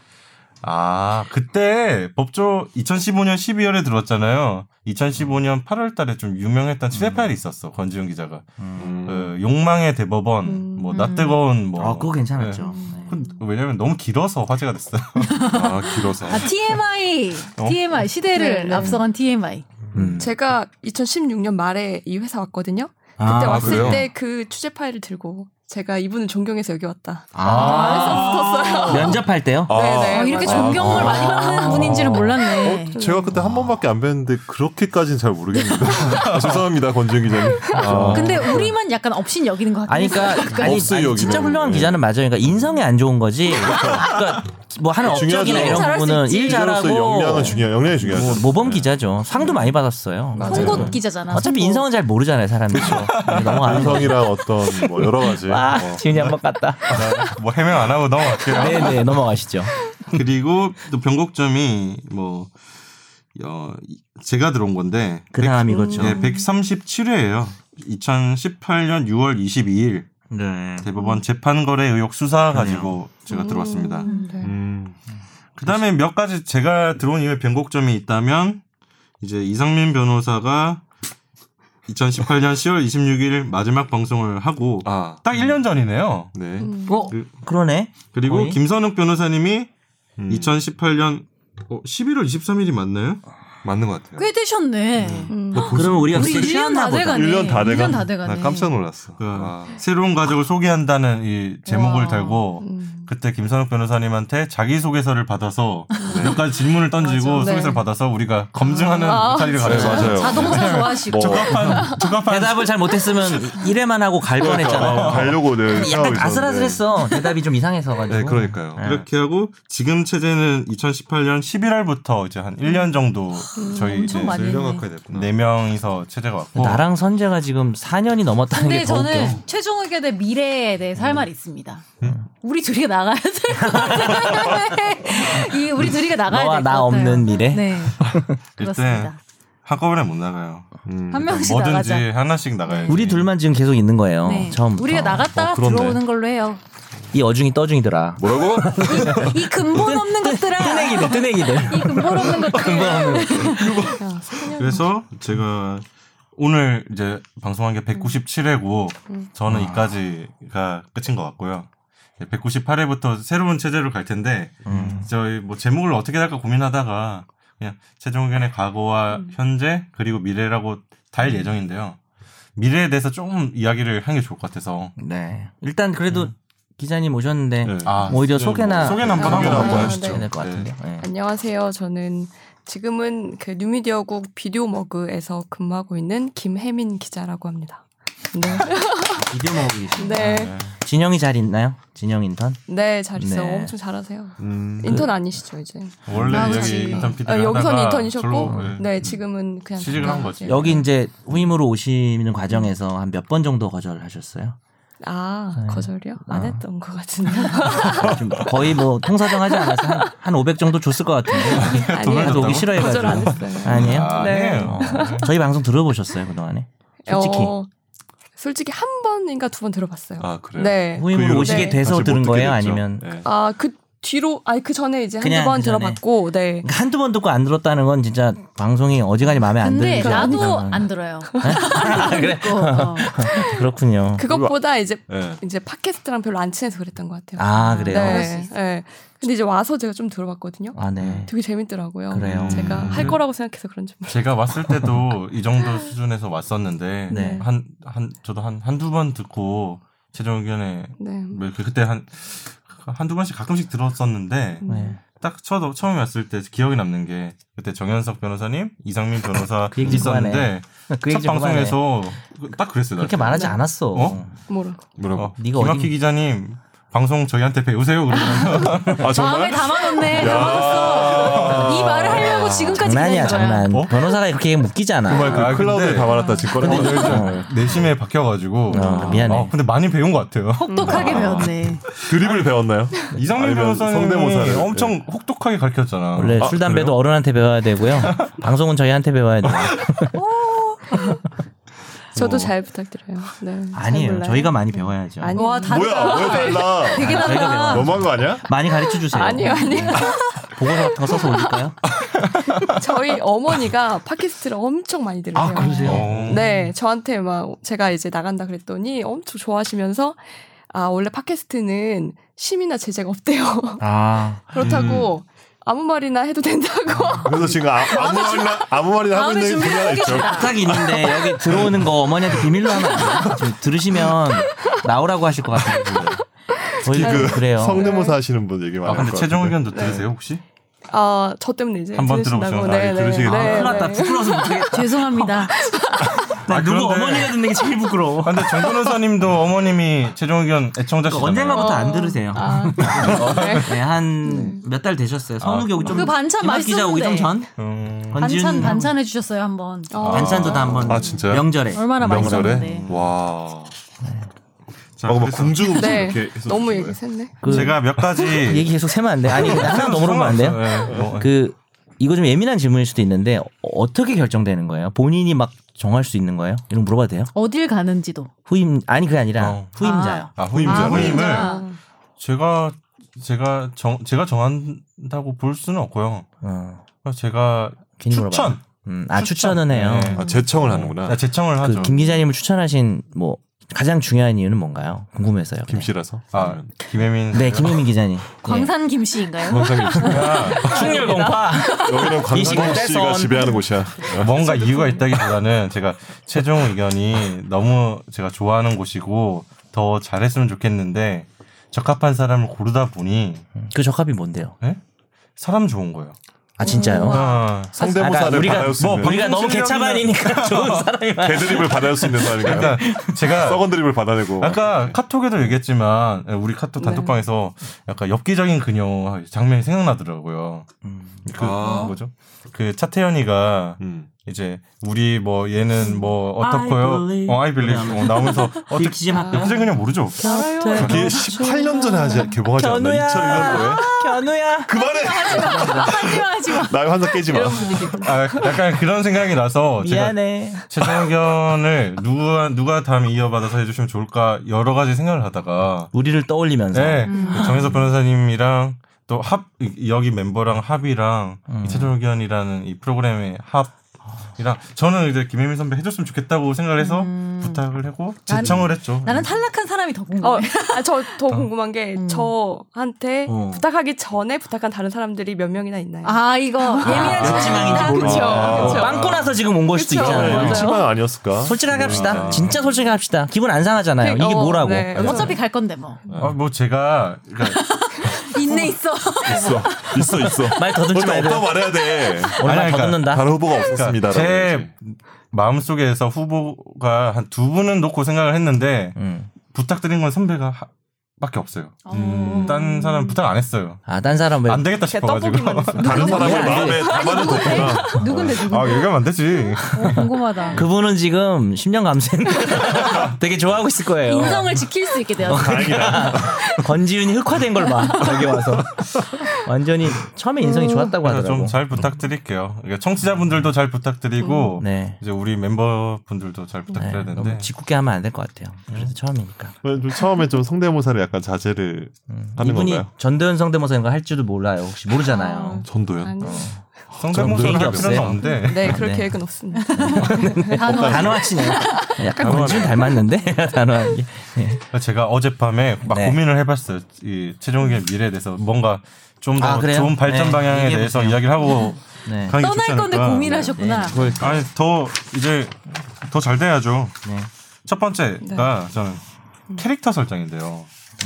A: 아 그때 법조 2015년 12월에 들었잖아요. 2015년 8월달에 좀 유명했던 실패파일이
B: 음.
A: 있었어 권지훈 기자가 그 욕망의 대법원, 뭐 나 뜨거운 뭐.
B: 아 그거 괜찮았죠. 네.
A: 그- 왜냐면 너무 길어서 화제가 됐어요.
C: 아 길어서
D: 아, TMI
B: 어?
D: TMI 시대를
E: 네, 네.
D: 앞서간 TMI
B: 음.
E: 제가 2016년 말에 이 회사 왔거든요. 그때
B: 아,
C: 그래요?
E: 왔을 때 그 취재 파일을 들고 제가 이분을 존경해서 여기 왔다.
B: 아.
E: 말했어 붙었어요.
B: 면접할 때요?
E: 네네.
D: 아, 이렇게
E: 맞아요.
D: 존경을
B: 아.
D: 많이 받는 분인지는 몰랐네.
C: 어, 제가 그때 한 번밖에 안 뵀는데 그렇게까지는 잘 모르겠는데 아, 죄송합니다 권지윤 기자님. 아,
D: 근데 우리만 약간 업신 여기는 것 같긴
B: 어? 아니, 그러니까, 아니,
C: 없어요,
B: 아니,
C: 여기는.
B: 진짜 훌륭한
C: 네.
B: 기자는 맞아요. 그러니까 인성이 안 좋은 거지. 그러니까 뭐 하는
C: 중요하죠.
B: 업적이나
C: 일
B: 이런
E: 잘할 수
B: 부분은
E: 있지.
B: 일
C: 기자로서
B: 잘하고
C: 역량은 중요, 역량이 중요하죠.
B: 뭐 모범 기자죠. 상도 많이 받았어요.
D: 송곳 기자잖아.
B: 그러니까 어차피
D: 송곳.
B: 인성은 잘 모르잖아요, 사람들이. 네, 넘어가는 거.
C: 인성이랑 어떤 뭐 여러 가지.
B: 아,
C: 뭐.
B: 지훈이 한 번 갔다.
A: 뭐 해명 안 하고 넘어갈게요.
B: 네, 네, 넘어가시죠.
A: 그리고 또 변곡점이 뭐 어, 이- 제가 들어온 건데
B: 그 다음 이거죠.
A: 예, 137회예요. 2018년 6월 22일
B: 네.
A: 대법원 재판 거래 의혹 수사 가지고 제가 들어왔습니다.
C: 음.
A: 그다음에 몇 가지 제가 들어온 이후에 변곡점이 있다면 이제 이상민 변호사가 2018년 10월 26일 마지막 방송을 하고
C: 아
A: 딱 1년 전이네요.
C: 네.
A: 음.
E: 음.
B: 어, 그러네.
A: 그리고
B: 거의?
A: 김선욱 변호사님이
C: 음.
A: 2018년 11월 23일이 맞나요?
C: 맞는 것 같아요.
D: 꽤 되셨네.
B: 음.
E: 음.
A: 어,
B: 그러면 우리가
D: 우리 1년 다 돼가네.
C: 1년 다 돼가.
D: 1년 다
C: 나
D: 돼가네.
C: 깜짝 놀랐어.
A: 그
C: 아.
A: 새로운 가족을 소개한다는 이 제목을
D: 와. 음.
A: 달고 그때 김선욱 변호사님한테 자기 소개서를 받아서
D: 네.
A: 몇 가지 질문을 던지고
E: 맞아. 네.
A: 소개서를 받아서 우리가 검증하는
E: 아.
A: 자리를
C: 네, 뭐,
A: 가져요.
C: 맞아요.
D: 자동차 좋아하시고.
A: 적합한 적합한
B: 대답을 잘 못했으면 이래만 하고 갈
C: 아,
B: 뻔했잖아요.
C: 가려고 내
B: 약간 아슬아슬했어. 대답이 좀 이상해서가지고.
C: 네, 그러니까요.
A: 이렇게 하고 지금 체제는 2018년 11월부터 이제 한 1년 정도 저희 이제
D: 음. 엄청 많이 했네.
C: 됐구나.
A: 네 명이서 체제가 왔고
B: 나랑 선재가 지금 4년이 넘었다는
C: 뭐,
D: 근데
B: 게 더 웃겨.
D: 저는 최종 의견의 미래에 대해서
C: 음.
D: 할 말이 있습니다. 우리 둘이 나가야 될 것 같아요. 이 우리 둘이가 나가야 될 것
B: 너와
D: 같아요.
B: 나 없는 미래.
D: 네.
A: 일단
D: 그렇습니다.
A: 한꺼번에 못 나가요.
C: 음.
D: 한 명씩
A: 뭐든지
D: 나가자.
A: 하나씩 나가야지.
B: 우리 둘만 지금 계속 있는 거예요.
D: 네.
B: 어, 처음부터.
D: 우리가 나갔다가
C: 어, 그렇네.
D: 들어오는 걸로 해요.
B: 이 어중이 떠중이더라.
C: 뭐라고?
D: 이 근본 없는 것들아.
B: 뜨내기들, 뜨내기들.
D: 이 근본 없는 것들.
E: 야, 세상에.
A: 그래서 제가 오늘 이제 방송한 게 197회고
E: 음.
A: 저는
B: 아.
A: 이까지가 끝인 것 같고요. 198회부터 새로운 체제로 갈 텐데
B: 음.
A: 저희 뭐 제목을 어떻게 할까 고민하다가 그냥 최종 의견의 과거와
E: 음.
A: 현재 그리고 미래라고 달 예정인데요. 미래에 대해서 조금 이야기를 하는 게 좋을 것 같아서
B: 네. 일단 그래도 기자님 오셨는데
A: 네.
C: 아,
B: 오히려
A: 진짜
B: 소개나
A: 뭐 소개나 한번
E: 아,
A: 하고
E: 한번
A: 하시죠.
B: 해야 될것
A: 네.
B: 같은데요. 네.
E: 안녕하세요. 저는 지금은 그 뉴미디어국 비디오 머그에서 근무하고 있는 김혜민 기자라고 합니다. 네,
B: 비디오 먹기.
E: 네,
A: 네.
B: 진영이 잘 있나요? 진영 인턴?
E: 네, 잘 있어요.
B: 네.
E: 엄청 잘하세요.
C: 음.
A: 네.
E: 인턴 아니시죠 이제?
A: 원래
E: 아,
A: 여기
E: 그치.
A: 인턴 피디
E: 아, 여기선 인턴이셨고?
A: 네.
E: 네, 지금은 그냥
A: 취직을 한 거지.
E: 네.
B: 여기 이제 후임으로 오시는 과정에서 한 몇 번 정도 거절하셨어요?
E: 아
B: 네.
E: 거절이요? 안
B: 아.
E: 했던 것 같은데.
B: 좀 거의 뭐 통사정 하지 않아서 한, 한 500 정도 줬을 것 같은데.
E: 아니에요.
B: 나도 오기 싫어해가지고.
E: 거절 안 했어요.
B: 아니에요?
A: 아,
E: 네.
B: 어.
A: 아니에요.
B: 저희 방송 들어보셨어요 그동안에? 솔직히.
E: 어, 솔직히 한 번인가 두 번 들어봤어요.
C: 아 그래요.
E: 네.
B: 후임으로
C: 이후로
B: 오시게
E: 네.
B: 돼서
C: 다시 못
B: 들은
C: 듣게
B: 거예요?
C: 됐죠.
B: 아니면
C: 네.
E: 아 그 뒤로 아니 그 전에 이제 한두
B: 그냥
E: 번
B: 그 전에.
E: 들어봤고 네.
B: 그러니까 한두 번 듣고 안 들었다는 건 진짜 방송이 어지간히 마음에 안 드는
D: 근데
B: 줄
D: 나도 아,
B: 알았다는
D: 안 들어요.
B: 그래?
D: 그리고, 어.
B: 그렇군요.
E: 그것보다 이제
C: 네.
E: 이제 팟캐스트랑 별로 안 친해서 그랬던 것 같아요.
B: 아 그래요?
E: 네.
D: 그럴 수 있어요.
E: 네. 근데 이제 와서 제가 좀 들어봤거든요.
B: 아 네.
E: 되게 재밌더라고요.
B: 그래요.
E: 제가
A: 음.
E: 할 거라고 생각해서 그런지 모르
A: 제가 왔을 때도 이 정도 수준에서 왔었는데
B: 네.
A: 한, 한 저도 한 한두 번 듣고 최종 의견에
E: 네.
A: 뭐 이렇게 그때 한 한두 번씩 가끔씩 들었었는데
B: 네.
A: 딱 저도 처음에 왔을 때 기억에 남는 게 그때 정현석 변호사님, 이상민 변호사
B: 그 얘기 좀
A: 있었는데
D: 음.
B: 그 얘기
A: 첫
B: 좀 그만해.
A: 방송에서 딱 그랬어요.
B: 그렇게 말하지 않았어.
A: 어?
E: 뭐라고.
C: 뭐라고?
A: 어,
B: 네가
A: 김학희
B: 어디-
A: 기자님 방송 저희한테 배우세요. 그러면서
C: 아
D: 마음에
C: 정말?
D: 담아놓네.
C: 야.
D: 담아놨어. 이 말을 하려고 지금까지
B: 장난이야
D: 기다린 거야.
B: 장난.
A: 어?
B: 변호사가 이렇게 얘기하면 웃기잖아.
C: 정말 그
A: 아, 근데-
C: 클라우드에 담아놨다 지금 꺼내.
A: 오늘 좀 내심에 박혀가지고 어,
B: 아, 미안해.
A: 근데 많이 배운 것 같아요.
D: 똑똑하게 배웠네.
C: 드립을 배웠나요?
A: 이상민
C: 아니면
A: 변호사님이
C: 성대모사를. 예.
A: 엄청 혹독하게 가르쳤잖아.
B: 원래
C: 아,
B: 술 담배도
C: 그래요?
B: 어른한테 배워야 되고요. 방송은 저희한테 배워야 돼요.
E: 저도 잘 부탁드려요. 네. 잘
B: 뭐. 아니에요.
E: 몰라요.
B: 저희가 많이 배워야죠.
E: 아니.
D: 와
C: 뭐야?
D: 다르다.
C: 왜 달라?
D: 되게
B: 저희가
D: 다르다.
B: 배워요.
C: 너무한 거 아니야?
B: 많이 가르쳐 주세요.
E: 아니요, 아니요.
B: 보고서 같은 거 써서 올릴까요?
E: 저희 어머니가 팟캐스트를 엄청 많이 들으세요.
B: 아,
A: 어.
E: 네, 저한테 막 제가 이제 나간다 그랬더니 엄청 좋아하시면서 아 원래 팟캐스트는 심의나 제재가 없대요.
B: 아
E: 그렇다고 아무 말이나 해도 된다고.
C: 그래서 지금 아, 아무 말이나 아무 말이나 하고
D: 마음의
C: 있는
D: 준비를
C: 분야가 있죠.
B: 부탁이 있는데 여기 들어오는 거 어머니한테 비밀로 하면 안 돼요? 좀 들으시면 나오라고 하실 것 같아요. 저희가
C: 그
B: 그래요.
C: 성대모사 하시는 분 얘기 많이.
A: 아 근데
C: 할것
A: 최종
C: 같은데.
A: 의견도 들으세요 혹시?
E: 아, 저 때문에 이제
A: 한번
E: 들으신다고.
A: 들어보시면
E: 네,
A: 다 들으시게
B: 아, 큰일
A: 돼요.
B: 났다. 부끄러워서 못하겠다.
D: 그, 죄송합니다.
B: 나
A: 아,
B: 누구
A: 그런데-
B: 어머니가 듣는 게 제일 부끄러워.
A: 아, 근데 정 변호사님도 어머님이 최종 의견 애청자시잖아요.
B: 언젠가부터 안
E: 어.
B: 들으세요.
E: 아, 네.
B: 네, 한 몇 달
C: 아.
B: 되셨어요. 선욱이 오기 좀.
D: 그 반찬
B: 김학 기자 오기 좀
D: 맛있었는데.
B: 전?
A: 음,
B: 권지윤
D: 반찬 반찬 해주셨어요 한번.
E: 어.
B: 반찬도 다 한번
C: 아, 진짜요?
B: 명절에
D: 얼마나
C: 명절에
B: 네.
D: 맛있었는데.
C: 와.
A: 자,
C: 아, 막
A: 그래서
C: 궁중 음식
E: 네.
C: 이렇게 해서
E: 너무
C: 주는
E: 얘기
C: 거예요?
E: 샜네.
B: 그
A: 제가 몇 가지
B: 얘기 계속 세면 안 돼. 아니 하나 넘어면안 돼요?
A: 네, 뭐,
B: 그 이거 좀 예민한 질문일 수도 있는데 어- 어떻게 결정되는 거예요? 본인이 막 정할 수 있는 거예요? 이런 거 물어봐도 돼요?
D: 어딜 가는지도.
B: 후임 아니 그게 아니라
A: 어.
B: 후임자요.
A: 아, 후임자.
D: 아,
A: 후임을
D: 후임자.
A: 제가 제가 정 제가 정한다고 볼 수는 없고요.
B: 어.
A: 제가
B: 괜히 물어봐.
A: 아. 추천
B: 음, 아 추천은 해요.
A: 네.
C: 아, 제청을 하는구나.
A: 아, 제청을 하죠.
B: 그 김 기자님을 추천하신 뭐 가장 중요한 이유는 뭔가요? 궁금해서요. 그냥.
C: 김씨라서.
A: 아 김혜민
B: 네, 김혜민 기자님.
D: 광산 김씨인가요?
C: 권상님 씨.
B: 충렬 공파.
C: 여기는
B: 이 시간
C: 권상님 씨가
B: 떼선.
C: 지배하는 곳이야.
A: 뭔가 이유가 있다기보다는 제가 최종 의견이 너무 제가 좋아하는 곳이고 더 잘했으면 좋겠는데 적합한 사람을 고르다 보니
B: 그 적합이 뭔데요?
A: 예? 사람 좋은 거예요.
B: 아 진짜요?
A: 아,
C: 성대모사를
B: 우리가
C: 받아올 수
A: 뭐
C: 있는.
B: 우리가 너무
A: 방송
B: 개차반이니까 좋은 사람이 많아.
C: 개드립을 받아올 수 있는 사람인가요?
A: 그러니까 제가
C: 썩은 드립을 받아내고.
A: 아까 카톡에도 얘기했지만 우리 카톡
E: 네.
A: 단톡방에서 약간 엽기적인 그녀 장면이 생각나더라고요.
B: 음.
A: 그
C: 아.
A: 뭐죠? 그 차태현이가
C: 음.
A: 이제 우리 뭐 얘는 뭐
F: I
A: 어떻고요?
F: believe.
A: 어, I believe 어, 나오면서 어떻게
F: 빅키즈
B: 아.
F: 학교.
A: 학생 그냥 모르죠.
G: 그게 18년 전에 하지 개봉하지 않나? 2001년도에.
B: 견우야.
G: 그만해.
D: 하지 마.
G: 나의 환상 깨지 마.
A: 아, 약간 그런 생각이 나서 제가
B: 미안해.
A: 제 의견을 누가 누가 다음 이어받아서 해주시면 좋을까 여러 가지 생각을 하다가
B: 우리를 떠올리면서.
A: 네 정혜석 변호사님이랑 또 합 여기 멤버랑 합이랑
B: 음.
A: 이 최종 의견이라는 이 프로그램의 합이랑 저는 이제 김혜민 선배 해줬으면 좋겠다고 생각을 해서
D: 음.
A: 부탁을 하고 제청을 했죠.
D: 나는 탈락한 사람이 더 궁금해.
E: 어, 아, 저 더 궁금한 게
D: 음.
E: 저한테
B: 어.
E: 부탁하기 전에 부탁한 다른 사람들이 몇 명이나 있나요?
D: 아 이거 예민한
B: 아,
D: 질문이다.
G: 그치.
D: 그쵸?
G: 아,
E: 그쵸.
B: 빵꾸 나서 지금 온 걸 수도
E: 그쵸.
C: 네,
B: 있잖아요.
E: 맞아요. 네.
G: 일치만 아니었을까?
B: 솔직하게 합시다.
A: 음.
B: 진짜 솔직하게 합시다. 기분 안 상하잖아요.
E: 그,
B: 이게
E: 어,
B: 뭐라고.
E: 네.
D: 어차피 갈 건데 뭐.
A: 아, 뭐 제가 그러니까
D: 인내 있어.
G: 있어. 있어 있어.
B: 말 더듬지
G: 그러니까
B: 말고.
G: 없다고 말해야 돼.
B: 오랜만에
A: 아니, 그러니까
B: 더듬는다. 네,
G: 다른 후보가 없었습니다.
A: 제 마음속에서 후보가 한 두 분은 놓고 생각을 했는데
B: 음.
A: 부탁드린 건 선배가 하- 밖에 없어요.
D: 음.
A: 딴 사람 부탁 안 했어요.
B: 아, 딴 사람 왜.
A: 안 되겠다
E: 걔
A: 싶어가지고.
E: 떡볶이만 했어.
G: 아, 다른 사람의 마음에 담아는 뒀구나.
D: 누군데 누군데?
A: 아, 얘기하면 안 되지.
D: 어, 궁금하다.
B: 그분은 지금 10년 감생. 되게 좋아하고 있을 거예요.
D: 인성을 지킬 수 있게
C: 아,
D: 되었어.
B: 권지윤이 흑화된 걸 봐. 여기 와서. 완전히 처음에 인성이 좋았다고
A: 그래서
B: 하더라고.
A: 좀 잘 부탁드릴게요. 그러니까 청취자분들도 잘 부탁드리고
B: 네.
A: 이제 우리 멤버분들도 잘
B: 네,
A: 부탁드려야
B: 너무
A: 되는데
B: 짓궂게 하면 안 될 것 같아요. 그래도 처음이니까.
G: 좀 처음에 좀 성대모사를 약간 자제를 하는
B: 이분이
G: 건가요?
B: 전도연 성대모사 이런 거 할 줄도 몰라요. 혹시 모르잖아요.
G: 전도연.
E: 아니,
A: 성대모사를
B: 그런
A: 할 필요는
B: 게 없어요.
A: 없는데
E: 네, 그럴
B: 네.
E: 계획은 없습니다.
D: 단호.
B: 단호하시네요. 약간 권지윤 닮았는데? 단호하게.
A: 제가 어젯밤에 막
B: 네.
A: 고민을 해봤어요. 이 최종 의견 미래에 대해서 뭔가 좀 더
B: 아, 그래요?
A: 좋은 발전
B: 네,
A: 방향에
B: 얘기해보세요.
A: 대해서 이야기를 하고
B: 네.
A: 가는 게 좋지
D: 떠날 건데
A: 않을까.
D: 고민하셨구나.
B: 그걸
A: 아니 더 이제 더 잘 돼야죠.
B: 네.
A: 첫 번째가 저는
B: 음.
A: 캐릭터 설정인데요.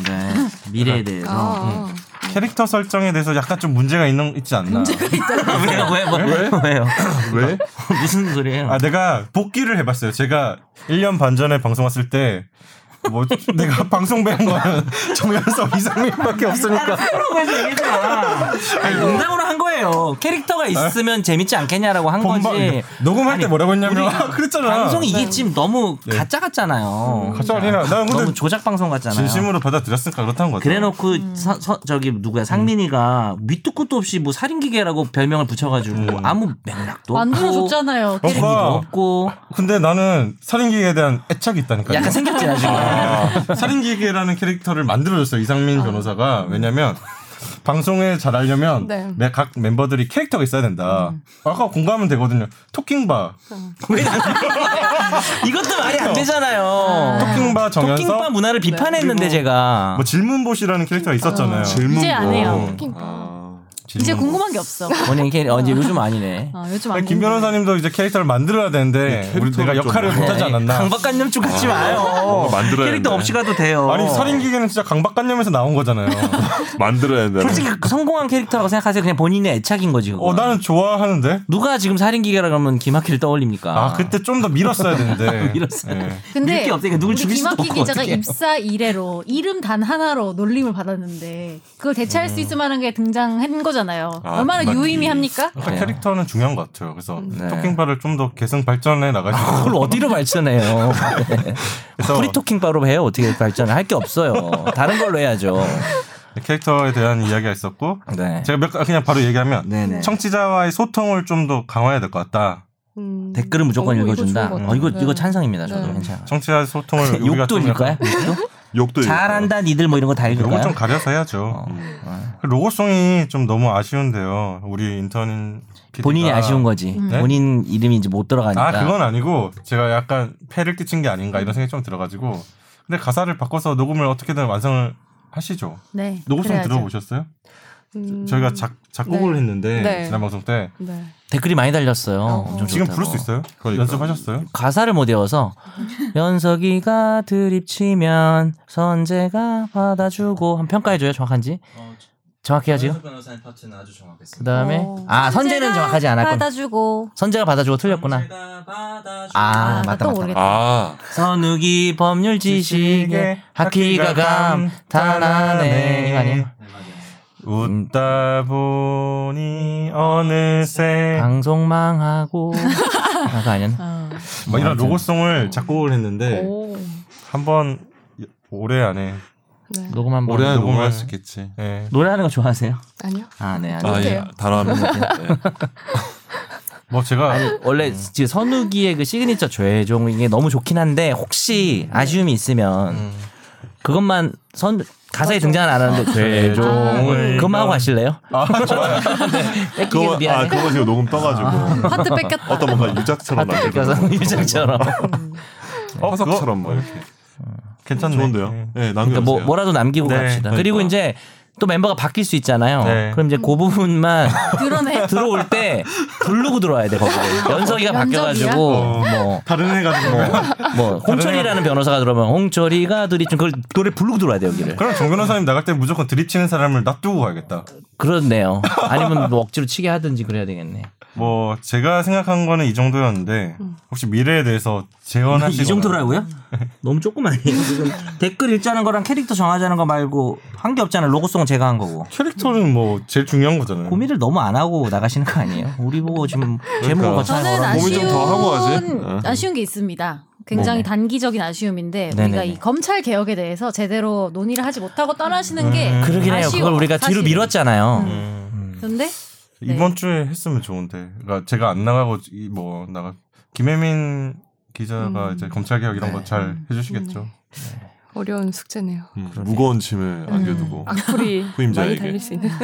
B: 네. 미래에 대해서.
E: 아,
A: 캐릭터 설정에 대해서 약간 좀 문제가 있는 있지 않나.
B: 아, 왜요? 왜, 왜, 왜요?
G: 왜?
B: 무슨 소리예요?
A: 아 내가 복귀를 해봤어요. 제가 1년 반 전에 방송 왔을 때. 뭐 내가 방송 배운 거는 정연석 이상민밖에 없으니까
B: 프로그램에서 얘기했잖아. 아니, 농담으로 한 거예요. 캐릭터가 있으면 재밌지 않겠냐라고 한
A: 본방 네.
B: 거지.
A: 녹음할
B: 아니,
A: 때 뭐라고 했냐면
B: 우리
A: 아, 그랬잖아
B: 방송이 이게 지금 너무 가짜 같잖아요.
A: 가짜 아니라 난 근데
B: 너무 조작 방송 같잖아요.
A: 진심으로 받아들였으니까 그렇다는 거죠
B: 그래놓고
D: 음.
B: 서- 서- 저기 누구야 상민이가 밑도 끝도 없이 뭐 살인기계라고 별명을 붙여가지고 아무 맥락도 없고
D: 만들어줬잖아요.
A: 어,
B: 재미도 없고
A: 근데 나는 살인기계에 대한 애착이 있다니까요
B: 약간 생겼지 나 지금.
A: 아, 살인기계라는 캐릭터를 만들어줬어요
D: 아.
A: 이상민 변호사가 왜냐면 방송에 잘 하려면
E: 네.
A: 내 각 멤버들이 캐릭터가 있어야 된다
D: 음.
A: 아까 공감은 되거든요 토킹바
D: 네.
B: 이것도 말이 안 되잖아요.
A: 토킹바 정연석
B: 토킹바 뭐. 문화를 비판했는데
A: 그리고
B: 제가
A: 뭐 질문봇이라는 캐릭터가 있었잖아요 어.
G: 질문.
D: 어, 이제 안 해요. 음.
G: 아,
A: 뭐.
D: 이제
A: 질문봇.
D: 궁금한 게 없어.
B: 본인 캐리 어, 이제 요즘 아니네.
D: 아, 요즘 안
A: 김
D: 궁금해.
A: 변호사님도 이제 캐릭터를 만들어야 되는데 우리 내가
G: 캐릭터를 좀
A: 역할을 못하지 않았나
B: 강박관념 좀
A: 아.
B: 갖지 마요.
G: 뭔가 만들어야 되는데.
B: 캐릭터 없이 가도 돼요.
A: 아니 살인기계는 진짜 강박관념에서 나온 거잖아요.
G: 만들어야 된다.
B: 솔직히 성공한 캐릭터라고 생각하세요. 그냥 본인의 애착인 거지. 그거.
A: 어 나는 좋아하는데.
B: 누가 지금 살인기계라 그러면 김학휘를 떠올립니까?
A: 아 그때 좀 더 밀었어야 되는데.
B: 밀었어야
A: 예.
B: 밀게 없으니까 누굴
D: 우리
B: 죽일 수도
D: 김학기
B: 없고
D: 기자가
B: 어떡해.
D: 입사 이래로 이름 단 하나로 놀림을 받았는데 그걸 대체할
B: 음.
D: 수 있을 만한 게 등장한 거잖아요.
G: 아,
D: 얼마나
G: 맞지.
D: 유의미합니까?
B: 음.
A: 그러니까 캐릭터는 중요한 것 같아요. 그래서
B: 네. 아,
A: 토킹바를 좀 더 계승 발전해 나가지고.
B: 그걸 어디로 발전해요? 네.
A: 그래서
B: 프리토킹 바로 해요. 어떻게 발전을 할 게 없어요. 다른 걸로 해야죠.
A: 캐릭터에 대한 이야기가 있었고
B: 네.
A: 제가 몇 가- 그냥 바로 얘기하면
B: 네네.
A: 청취자와의 소통을 좀 더 강화해야 될 것 같다.
E: 음.
B: 댓글은 무조건
E: 어, 이거
B: 읽어준다.
E: 좋은 것
B: 어, 이거
E: 같아요.
B: 이거
E: 네.
B: 찬성입니다. 저도
E: 네.
B: 괜찮아.
A: 청취자 소통을 우리가
B: 욕도
A: 좀
B: 읽을까요?
A: 약간-
B: 욕도?
G: 욕도 있고.
B: 잘한다 니들 뭐 이런 거 다
A: 요걸 네. 좀
B: 읽을까요? 어. 네.
A: 가려서 해야죠.
G: 음.
A: 그 로고송이 좀 너무 아쉬운데요. 우리 인턴 PD가
B: 본인이 아쉬운 거지.
E: 음.
A: 네?
B: 본인 이름이 이제 못 들어가니까.
A: 아 그건 아니고 제가 약간 패를 끼친 게 아닌가 이런 생각이 좀 들어가지고 근데 가사를 바꿔서 녹음을 어떻게든 완성을 하시죠.
D: 네.
A: 녹음송
D: 그래야죠.
A: 들어보셨어요?
E: 음.
A: 저희가 작, 작곡을
E: 네.
A: 했는데
E: 네.
A: 지난 방송 때
E: 네.
B: 댓글이 많이 달렸어요.
E: 어.
B: 엄청
A: 지금
B: 좋다고.
A: 부를 수 있어요? 연습하셨어요?
B: 가사를 못 외워서 연석이가 드립치면 선재가 받아주고 한 평가해줘요 정확한지 정확해요 지금
H: 변호사님 파트는 아주 정확했습니다.
B: 그다음에
E: 어.
B: 아 선재는 정확하지 않았군
D: 받아주고.
B: 선재가 받아주고 틀렸구나
H: 제가 받아주
B: 아
D: 아,
B: 맞다
D: 또
B: 맞다
D: 모르겠다.
G: 아,
B: 선욱이 법률 지식에
A: 지식에
B: 학기가 감탄하네 이거 아니야
H: 네, 맞아요.
A: 웃다 보니 어느새
B: 방송 망하고 아가 아니었나?
D: 아.
A: 막뭐 이런
B: 아무튼.
A: 로고송을 작곡을 했는데
E: 오.
A: 한 번 올해 안에
E: 네.
B: 녹음 한번
C: 올해 안에
A: 녹음을-
C: 녹음할 수 있겠지.
A: 예.
B: 노래하는 거 좋아하세요?
E: 아니요.
B: 아, 네. 아니.
C: 아, 예.
E: 못해요.
C: 다뤄하면 네.
A: 뭐 제가
G: 음.
B: 원래 지금 선우기의 그 시그니처 죄종 이게 너무 좋긴 한데
G: 음.
B: 혹시 아쉬움이 있으면
A: 음,
B: 그것만 선 가사에 등장은 안 하는데 죄종을 아, 그만 하고 하실래요? 네, 뺏기기도
G: 그거 아
B: 미안해.
G: 그거 지금 녹음 떠가지고
D: 파트 뺏겼다.
G: 어떤 뭔가 유작처럼
B: 하트
G: 나게
B: 뺏겨서 유정처럼.
A: 어, 그거
C: 화석처럼 뭐 이렇게.
A: 괜찮네.
C: 좋은데요. 예,
B: 그러니까
C: 남겨주세요.
B: 뭐 뭐라도 남기고
A: 네,
B: 갑시다.
A: 그러니까.
B: 그리고 이제 또 멤버가 바뀔 수 있잖아요.
A: 네.
B: 그럼 이제 그 부분만
D: 드러내.
B: 들어올 때 부르고 들어와야 돼 거기. 연석이가
D: 면접이야?
B: 바뀌어가지고 뭐.
A: 다른 애 가지고
B: 뭐 홍철이라는 변호사가 들어오면 홍철이가 드립 좀 그걸 노래 부르고 들어와야 돼 여기를
A: 그럼 정 변호사님 나갈 때 무조건 드립 치는 사람을 놔두고 가야겠다.
B: 그렇네요 아니면 뭐 억지로 치게 하든지 그래야 되겠네
A: 뭐 제가 생각한 거는 이 정도였는데
E: 음.
A: 혹시 미래에 대해서 재언하시거나 네.
B: 너무 조그만해요 지금 댓글 읽자는 거랑 캐릭터 정하자는 거 말고 한 게 없잖아요 로고송은 제가 한 거고
A: 캐릭터는 뭐 제일 중요한 거잖아요.
B: 고민을 너무 안 하고 나가시는 거 아니에요 우리 보고 지금 제목을 거창하게
D: 저는
B: 걸어놓고.
C: 고민
D: 아쉬운
C: 좀더 하고
B: 어.
C: 하지.
D: 아쉬운 게 있습니다. 굉장히 단기적인 아쉬움인데 우리가
B: 네네네.
D: 이 검찰 개혁에 대해서 제대로 논의를 하지 못하고 떠나시는 어, 음. 게
B: 그러긴 해요
D: 아쉬워요,
B: 그걸 우리가 뒤로
D: 사실은.
B: 밀었잖아요
D: 그런데
A: 음.
B: 네.
A: 이번 주에 했으면 좋은데. 그러니까 제가 안 나가고 이 뭐 나가 김혜민
B: 음.
A: 기자가 이제 검찰 개혁
B: 네.
A: 이런 거 잘 해주시겠죠.
E: 어려운 숙제네요.
C: 음, 무거운 짐을 안겨두고
E: 아, 악플이 많이
C: 후임자에게.
E: 달릴 수 있는.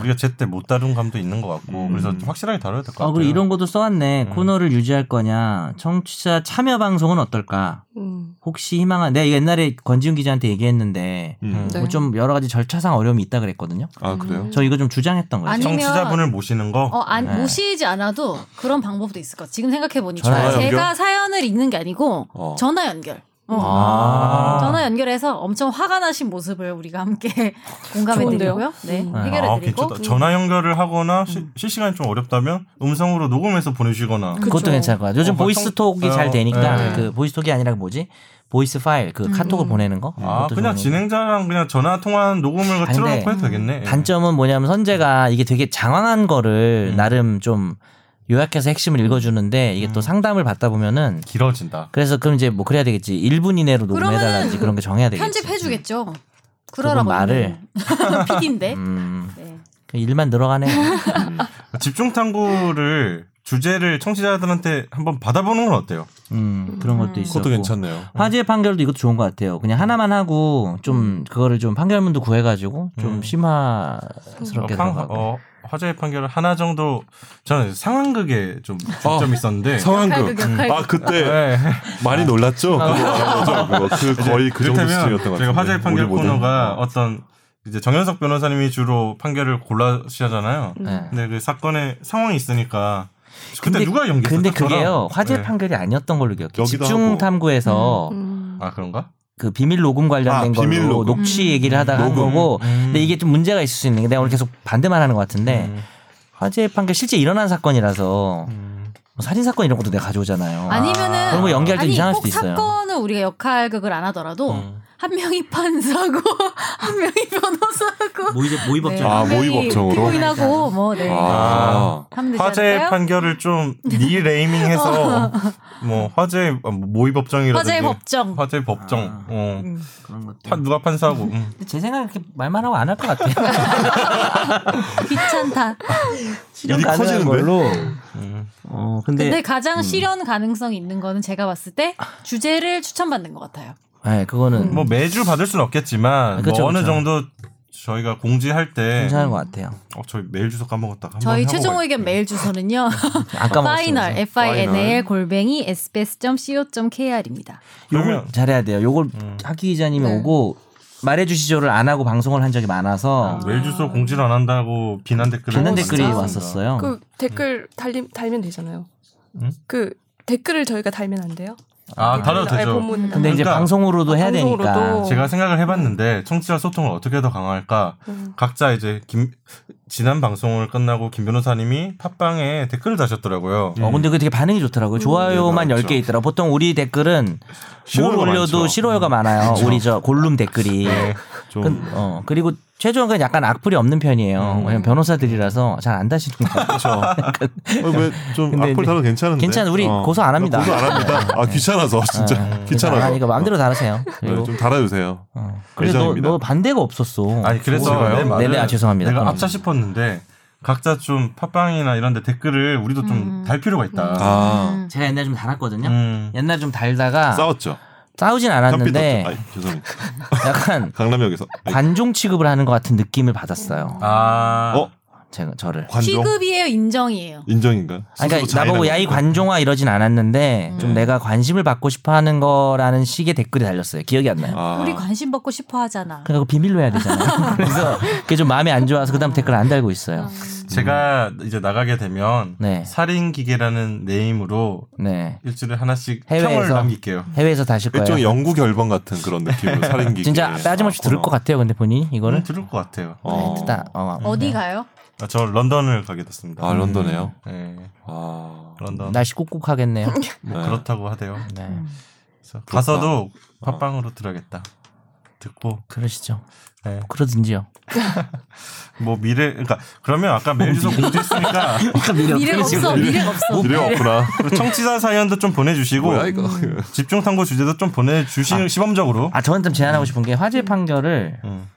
A: 우리가 제때 못 다룬 감도 있는 것 같고 그래서 좀 확실하게 다뤄야 될 것 같아요.
B: 음. 아 그리고 이런 것도
A: 음.
B: 써왔네 코너를 유지할 거냐 청취자 참여 방송은 어떨까
E: 음.
B: 혹시 희망한 내가 이거 옛날에 권지훈 기자한테 얘기했는데
C: 음.
E: 네.
B: 뭐좀 여러 가지 절차상 어려움이 있다 그랬거든요.
C: 아 그래요?
B: 저 이거 좀 주장했던 거예요.
D: 음. 아니-
A: 청취자분을 모시는 거.
D: 어, 안,
B: 네.
D: 모시지 않아도 그런 방법도 있을 것 같아요. 지금 생각해 보니
B: 전화
D: 제가
C: 연결?
D: 사연을 읽는 게 아니고
C: 어.
D: 전화 연결. 어.
B: 아.
D: 전화 연결해서 엄청 화가 나신 모습을 우리가 함께 공감해 드리고요. 네,
A: 아,
D: 해결해 드리고.
B: 음.
A: 괜찮다. 전화 연결을 하거나 시- 실시간이 좀 어렵다면 음성으로 녹음해서 보내주거나
B: 그것도 괜찮을 거야. 요즘
A: 어,
B: 보이스톡이
A: 보통-
B: 잘 되니까
A: 네.
B: 그 보이스톡이 아니라 뭐지? 보이스 파일 그
D: 음.
B: 카톡을 보내는 거.
A: 아
B: 그것도
A: 그냥
B: 좋은 아,
A: 진행자랑 그냥 전화 통화한 녹음을
B: 근데
A: 틀어놓고 해도 되겠네. 예.
B: 단점은 뭐냐면 선재가 이게 되게 장황한 거를 나름 좀 요약해서 핵심을 읽어주는데 이게 또 상담을 받다 보면은
A: 길어진다.
B: 그래서 그럼 이제 뭐 그래야 되겠지 1분 이내로 녹음해달라든지
D: 그러면은
B: 그런 게 정해야 되겠지
D: 편집해주겠죠.
B: 그분
D: 그러라고.
B: 말을.
D: PD인데.
B: 음,
D: 네.
B: 그 일만 늘어가네
A: 집중 탐구를 주제를 청취자들한테 한번 받아보는 건 어때요?
B: 음, 그런 것도 있어
C: 그것도 괜찮네요.
B: 화재 판결도 이것도 좋은 것 같아요. 그냥 하나만 하고 좀 그거를 좀 판결문도 구해가지고 좀
A: 음.
B: 심화스럽게
A: 판-
B: 들어가고.
A: 어, 화제의 판결을 하나 정도 저는 상황극에 좀 중점이
C: 아,
A: 있었는데
C: 상황극.
E: 역할극.
C: 아 그때
A: 네.
C: 많이 놀랐죠. 그거 알아보죠. 그거. 그 거의 그 정도
A: 이를테면
C: 수준이었던 것 같아요.
A: 저희가 화제의 판결 코너가 어떤 이제 정현석 변호사님이 주로 판결을 골라시잖아요.
E: 음.
B: 네.
A: 근데 그 사건의 상황이 있으니까 그때
B: 근데-
A: 누가 연기했어?
B: 근데 그게요 화재
A: 네.
B: 판결이 아니었던 걸로 기억해.
C: 여기도 하고.
B: 집중 탐구에서
E: 음.
A: 아 그런가?
B: 그 비밀 녹음 관련된
C: 아,
B: 걸로
C: 비밀 녹음.
B: 녹취 얘기를 하다가 한
C: 녹음.
B: 거고.
A: 음.
B: 근데 이게 네. 좀 문제가 있을 수 있는 게 내가 오늘 계속 반대만 하는 것 같은데 화재 판결 실제 일어난 사건이라서
A: 음.
B: 뭐 살인 사건 이런 것도 내가 가져오잖아요.
D: 아니면은
B: 그런 거 연기할 때
D: 아니,
B: 이상할
D: 꼭
B: 수도 있어요. 음.
D: 사건은 우리가 역할극을 안 하더라도
A: 음.
D: 한 명이 판사고 한 명이 변호사고
B: 모의
D: 네,
B: 모의법정.
C: 아,
D: 한 명이
C: 모의법정으로?
D: 피고인하고 뭐 네.
C: 아,
D: 하면 되지
A: 화제의
D: 않을까요?
A: 판결을 좀 리레이밍해서 뭐 화제 모의 법정이라든지
D: 화제의 법정.
A: 화제의 법정. 어.
B: 그런 것도.
A: 판- 누가 판사고 음.
B: 근데 제 생각에 이렇게 말만 하고 안 할 것 같아요.
D: 귀찮다.
B: 실현
C: 일이
B: 가능한
C: 커지는데?
B: 걸로. 어 근데,
D: 근데 가장 실현 가능성 있는 거는 제가 봤을 때 주제를 추천받는 것 같아요.
B: 네, 그거는
A: 뭐 매주 받을 수는 없겠지만
B: 아, 그쵸,
A: 뭐 어느
B: 그쵸.
A: 정도 저희가 공지할 때
B: 괜찮은 것 같아요.
A: 어, 저희 메일 주소 까먹었다. 한번
D: 저희
A: 하고
D: 최종
A: 가야지.
D: 의견 메일 주소는요.
B: 아까
D: 파이널 f i n a l 골뱅이 sbs.co.kr입니다.
A: 그러면 음.
B: 잘해야 돼요. 요걸 하기 기자님이
E: 네.
B: 오고 말해주시죠를 안 하고 방송을 한 적이 많아서
A: 메일 주소 공지를 안 한다고 비난 댓글을
B: 듣는
E: 어,
B: 댓글이
E: 진짜?
B: 왔었어요.
E: 그
B: 음.
E: 댓글 달림 달면 되잖아요.
A: 음?
E: 그 댓글을 저희가 달면 안 돼요?
A: 아 달아도
E: 아니,
A: 되죠.
E: 본문에
B: 근데 이제
A: 그러니까
B: 방송으로도 해야
E: 방송으로도.
D: 어.
B: 되니까
D: 음.
A: 제가 생각을 해봤는데 청취자 소통을 어떻게 더 강화할까?
E: 음.
A: 각자 이제 김 지난 방송을 끝나고 김 변호사님이 팟빵에 댓글을 다셨더라고요.
G: 음.
B: 어, 근데 그 되게 반응이 좋더라고요. 좋아요만
C: 네,
B: 열
C: 맞죠.
B: 10개 있더라고. 보통 우리 댓글은 뭘
C: 싫어요가
B: 올려도
C: 많죠.
G: 음.
B: 싫어요가 많아요.
G: 그렇죠.
B: 우리 저 골룸 댓글이.
G: 네.
A: 좀
B: 그, 어, 그리고 최종은 약간 악플이
G: 음.
B: 없는 편이에요. 왜냐면 변호사들이라서 잘 안 다시는 것 같아요.
G: 어, 왜좀
B: 근데
G: 악플
B: 이제
G: 달아도 괜찮은데? 어.
B: 괜찮아. 우리 고소 안 합니다. 네.
G: 고소 안 합니다. 아 귀찮아서 진짜 귀찮아서.
B: 그러니까 마음대로 달으세요.
G: 네,
B: 그리고
G: 좀 달아주세요.
B: 어. 근데 너,
G: 예정입니다.
B: 너 반대가 없었어.
A: 아니 그래서
G: 좋아요.
A: 내 말을
B: 네네, 아, 죄송합니다.
A: 내가
B: 어.
A: 앞차 싶었는데 각자 좀 팟빵이나 이런 데 댓글을 우리도 좀
D: 음.
A: 달 필요가 있다.
G: 아
B: 제가 옛날에 좀 달았거든요.
A: 음.
B: 옛날에 좀 달다가
G: 싸웠죠.
B: 싸우진
G: 현피도.
B: 않았는데
G: 아 죄송합니다.
B: 약간
G: 강남역에서. 아이,
B: 관종 취급을 하는 것 같은 느낌을 받았어요.
A: 아.
G: 어
B: 제가 저를.
G: 관종
D: 취급이에요, 인정이에요.
G: 인정인가요? 스스로
B: 아니, 그러니까 나보고
G: 자인한
B: 야이
G: 건가요?
B: 관종아 이러진 않았는데 좀 내가 관심을 받고 싶어하는 거라는 식의 댓글이 달렸어요. 기억이 안 나요.
G: 아,
D: 우리 관심 받고 싶어 하잖아.
B: 그러니까 그거 비밀로 해야 되잖아요. 그래서 그게 좀 마음에 안 좋아서 그다음 댓글 안 달고 있어요.
A: 제가 이제 나가게 되면
B: 네.
A: 살인 기계라는 네임으로
B: 네.
A: 일주일에 하나씩 평을
B: 해외에서
A: 남길게요.
B: 해외에서 다실
G: 일종의
B: 거예요.
G: 영국 열번 같은 그런 느낌으로 살인기.
B: 진짜 빠짐없이 들을 것 같아요. 근데 본인이
A: 음,
B: 이거를
A: 들을 것 같아요.
G: 어.
B: 일단 어,
D: 어디 가요?
A: 아, 저 런던을 가게 됐습니다.
G: 아 런던에요.
B: 음.
A: 네,
G: 아
A: 런던.
B: 날씨 꾹꾹하겠네요.
A: 뭐
G: 네.
A: 그렇다고 하대요.
B: 네.
A: 그래서 가서도 팟빵으로 들어야겠다. 듣고
B: 그러시죠.
A: 네.
B: 그러든지요.
A: 뭐 미래 그러니까 그러면 아까 메일 주소 공지했으니까
D: 미래가 없어, 미래가 없어.
G: 미래가 없구나.
A: 청취자 사연도 좀 보내주시고
G: 뭐야 이거.
A: 집중 탐구 주제도 좀 보내주시는 시범적으로
B: 아 저는 좀
G: 네.
B: 제안하고 싶은 게 화재 판결을
A: 음.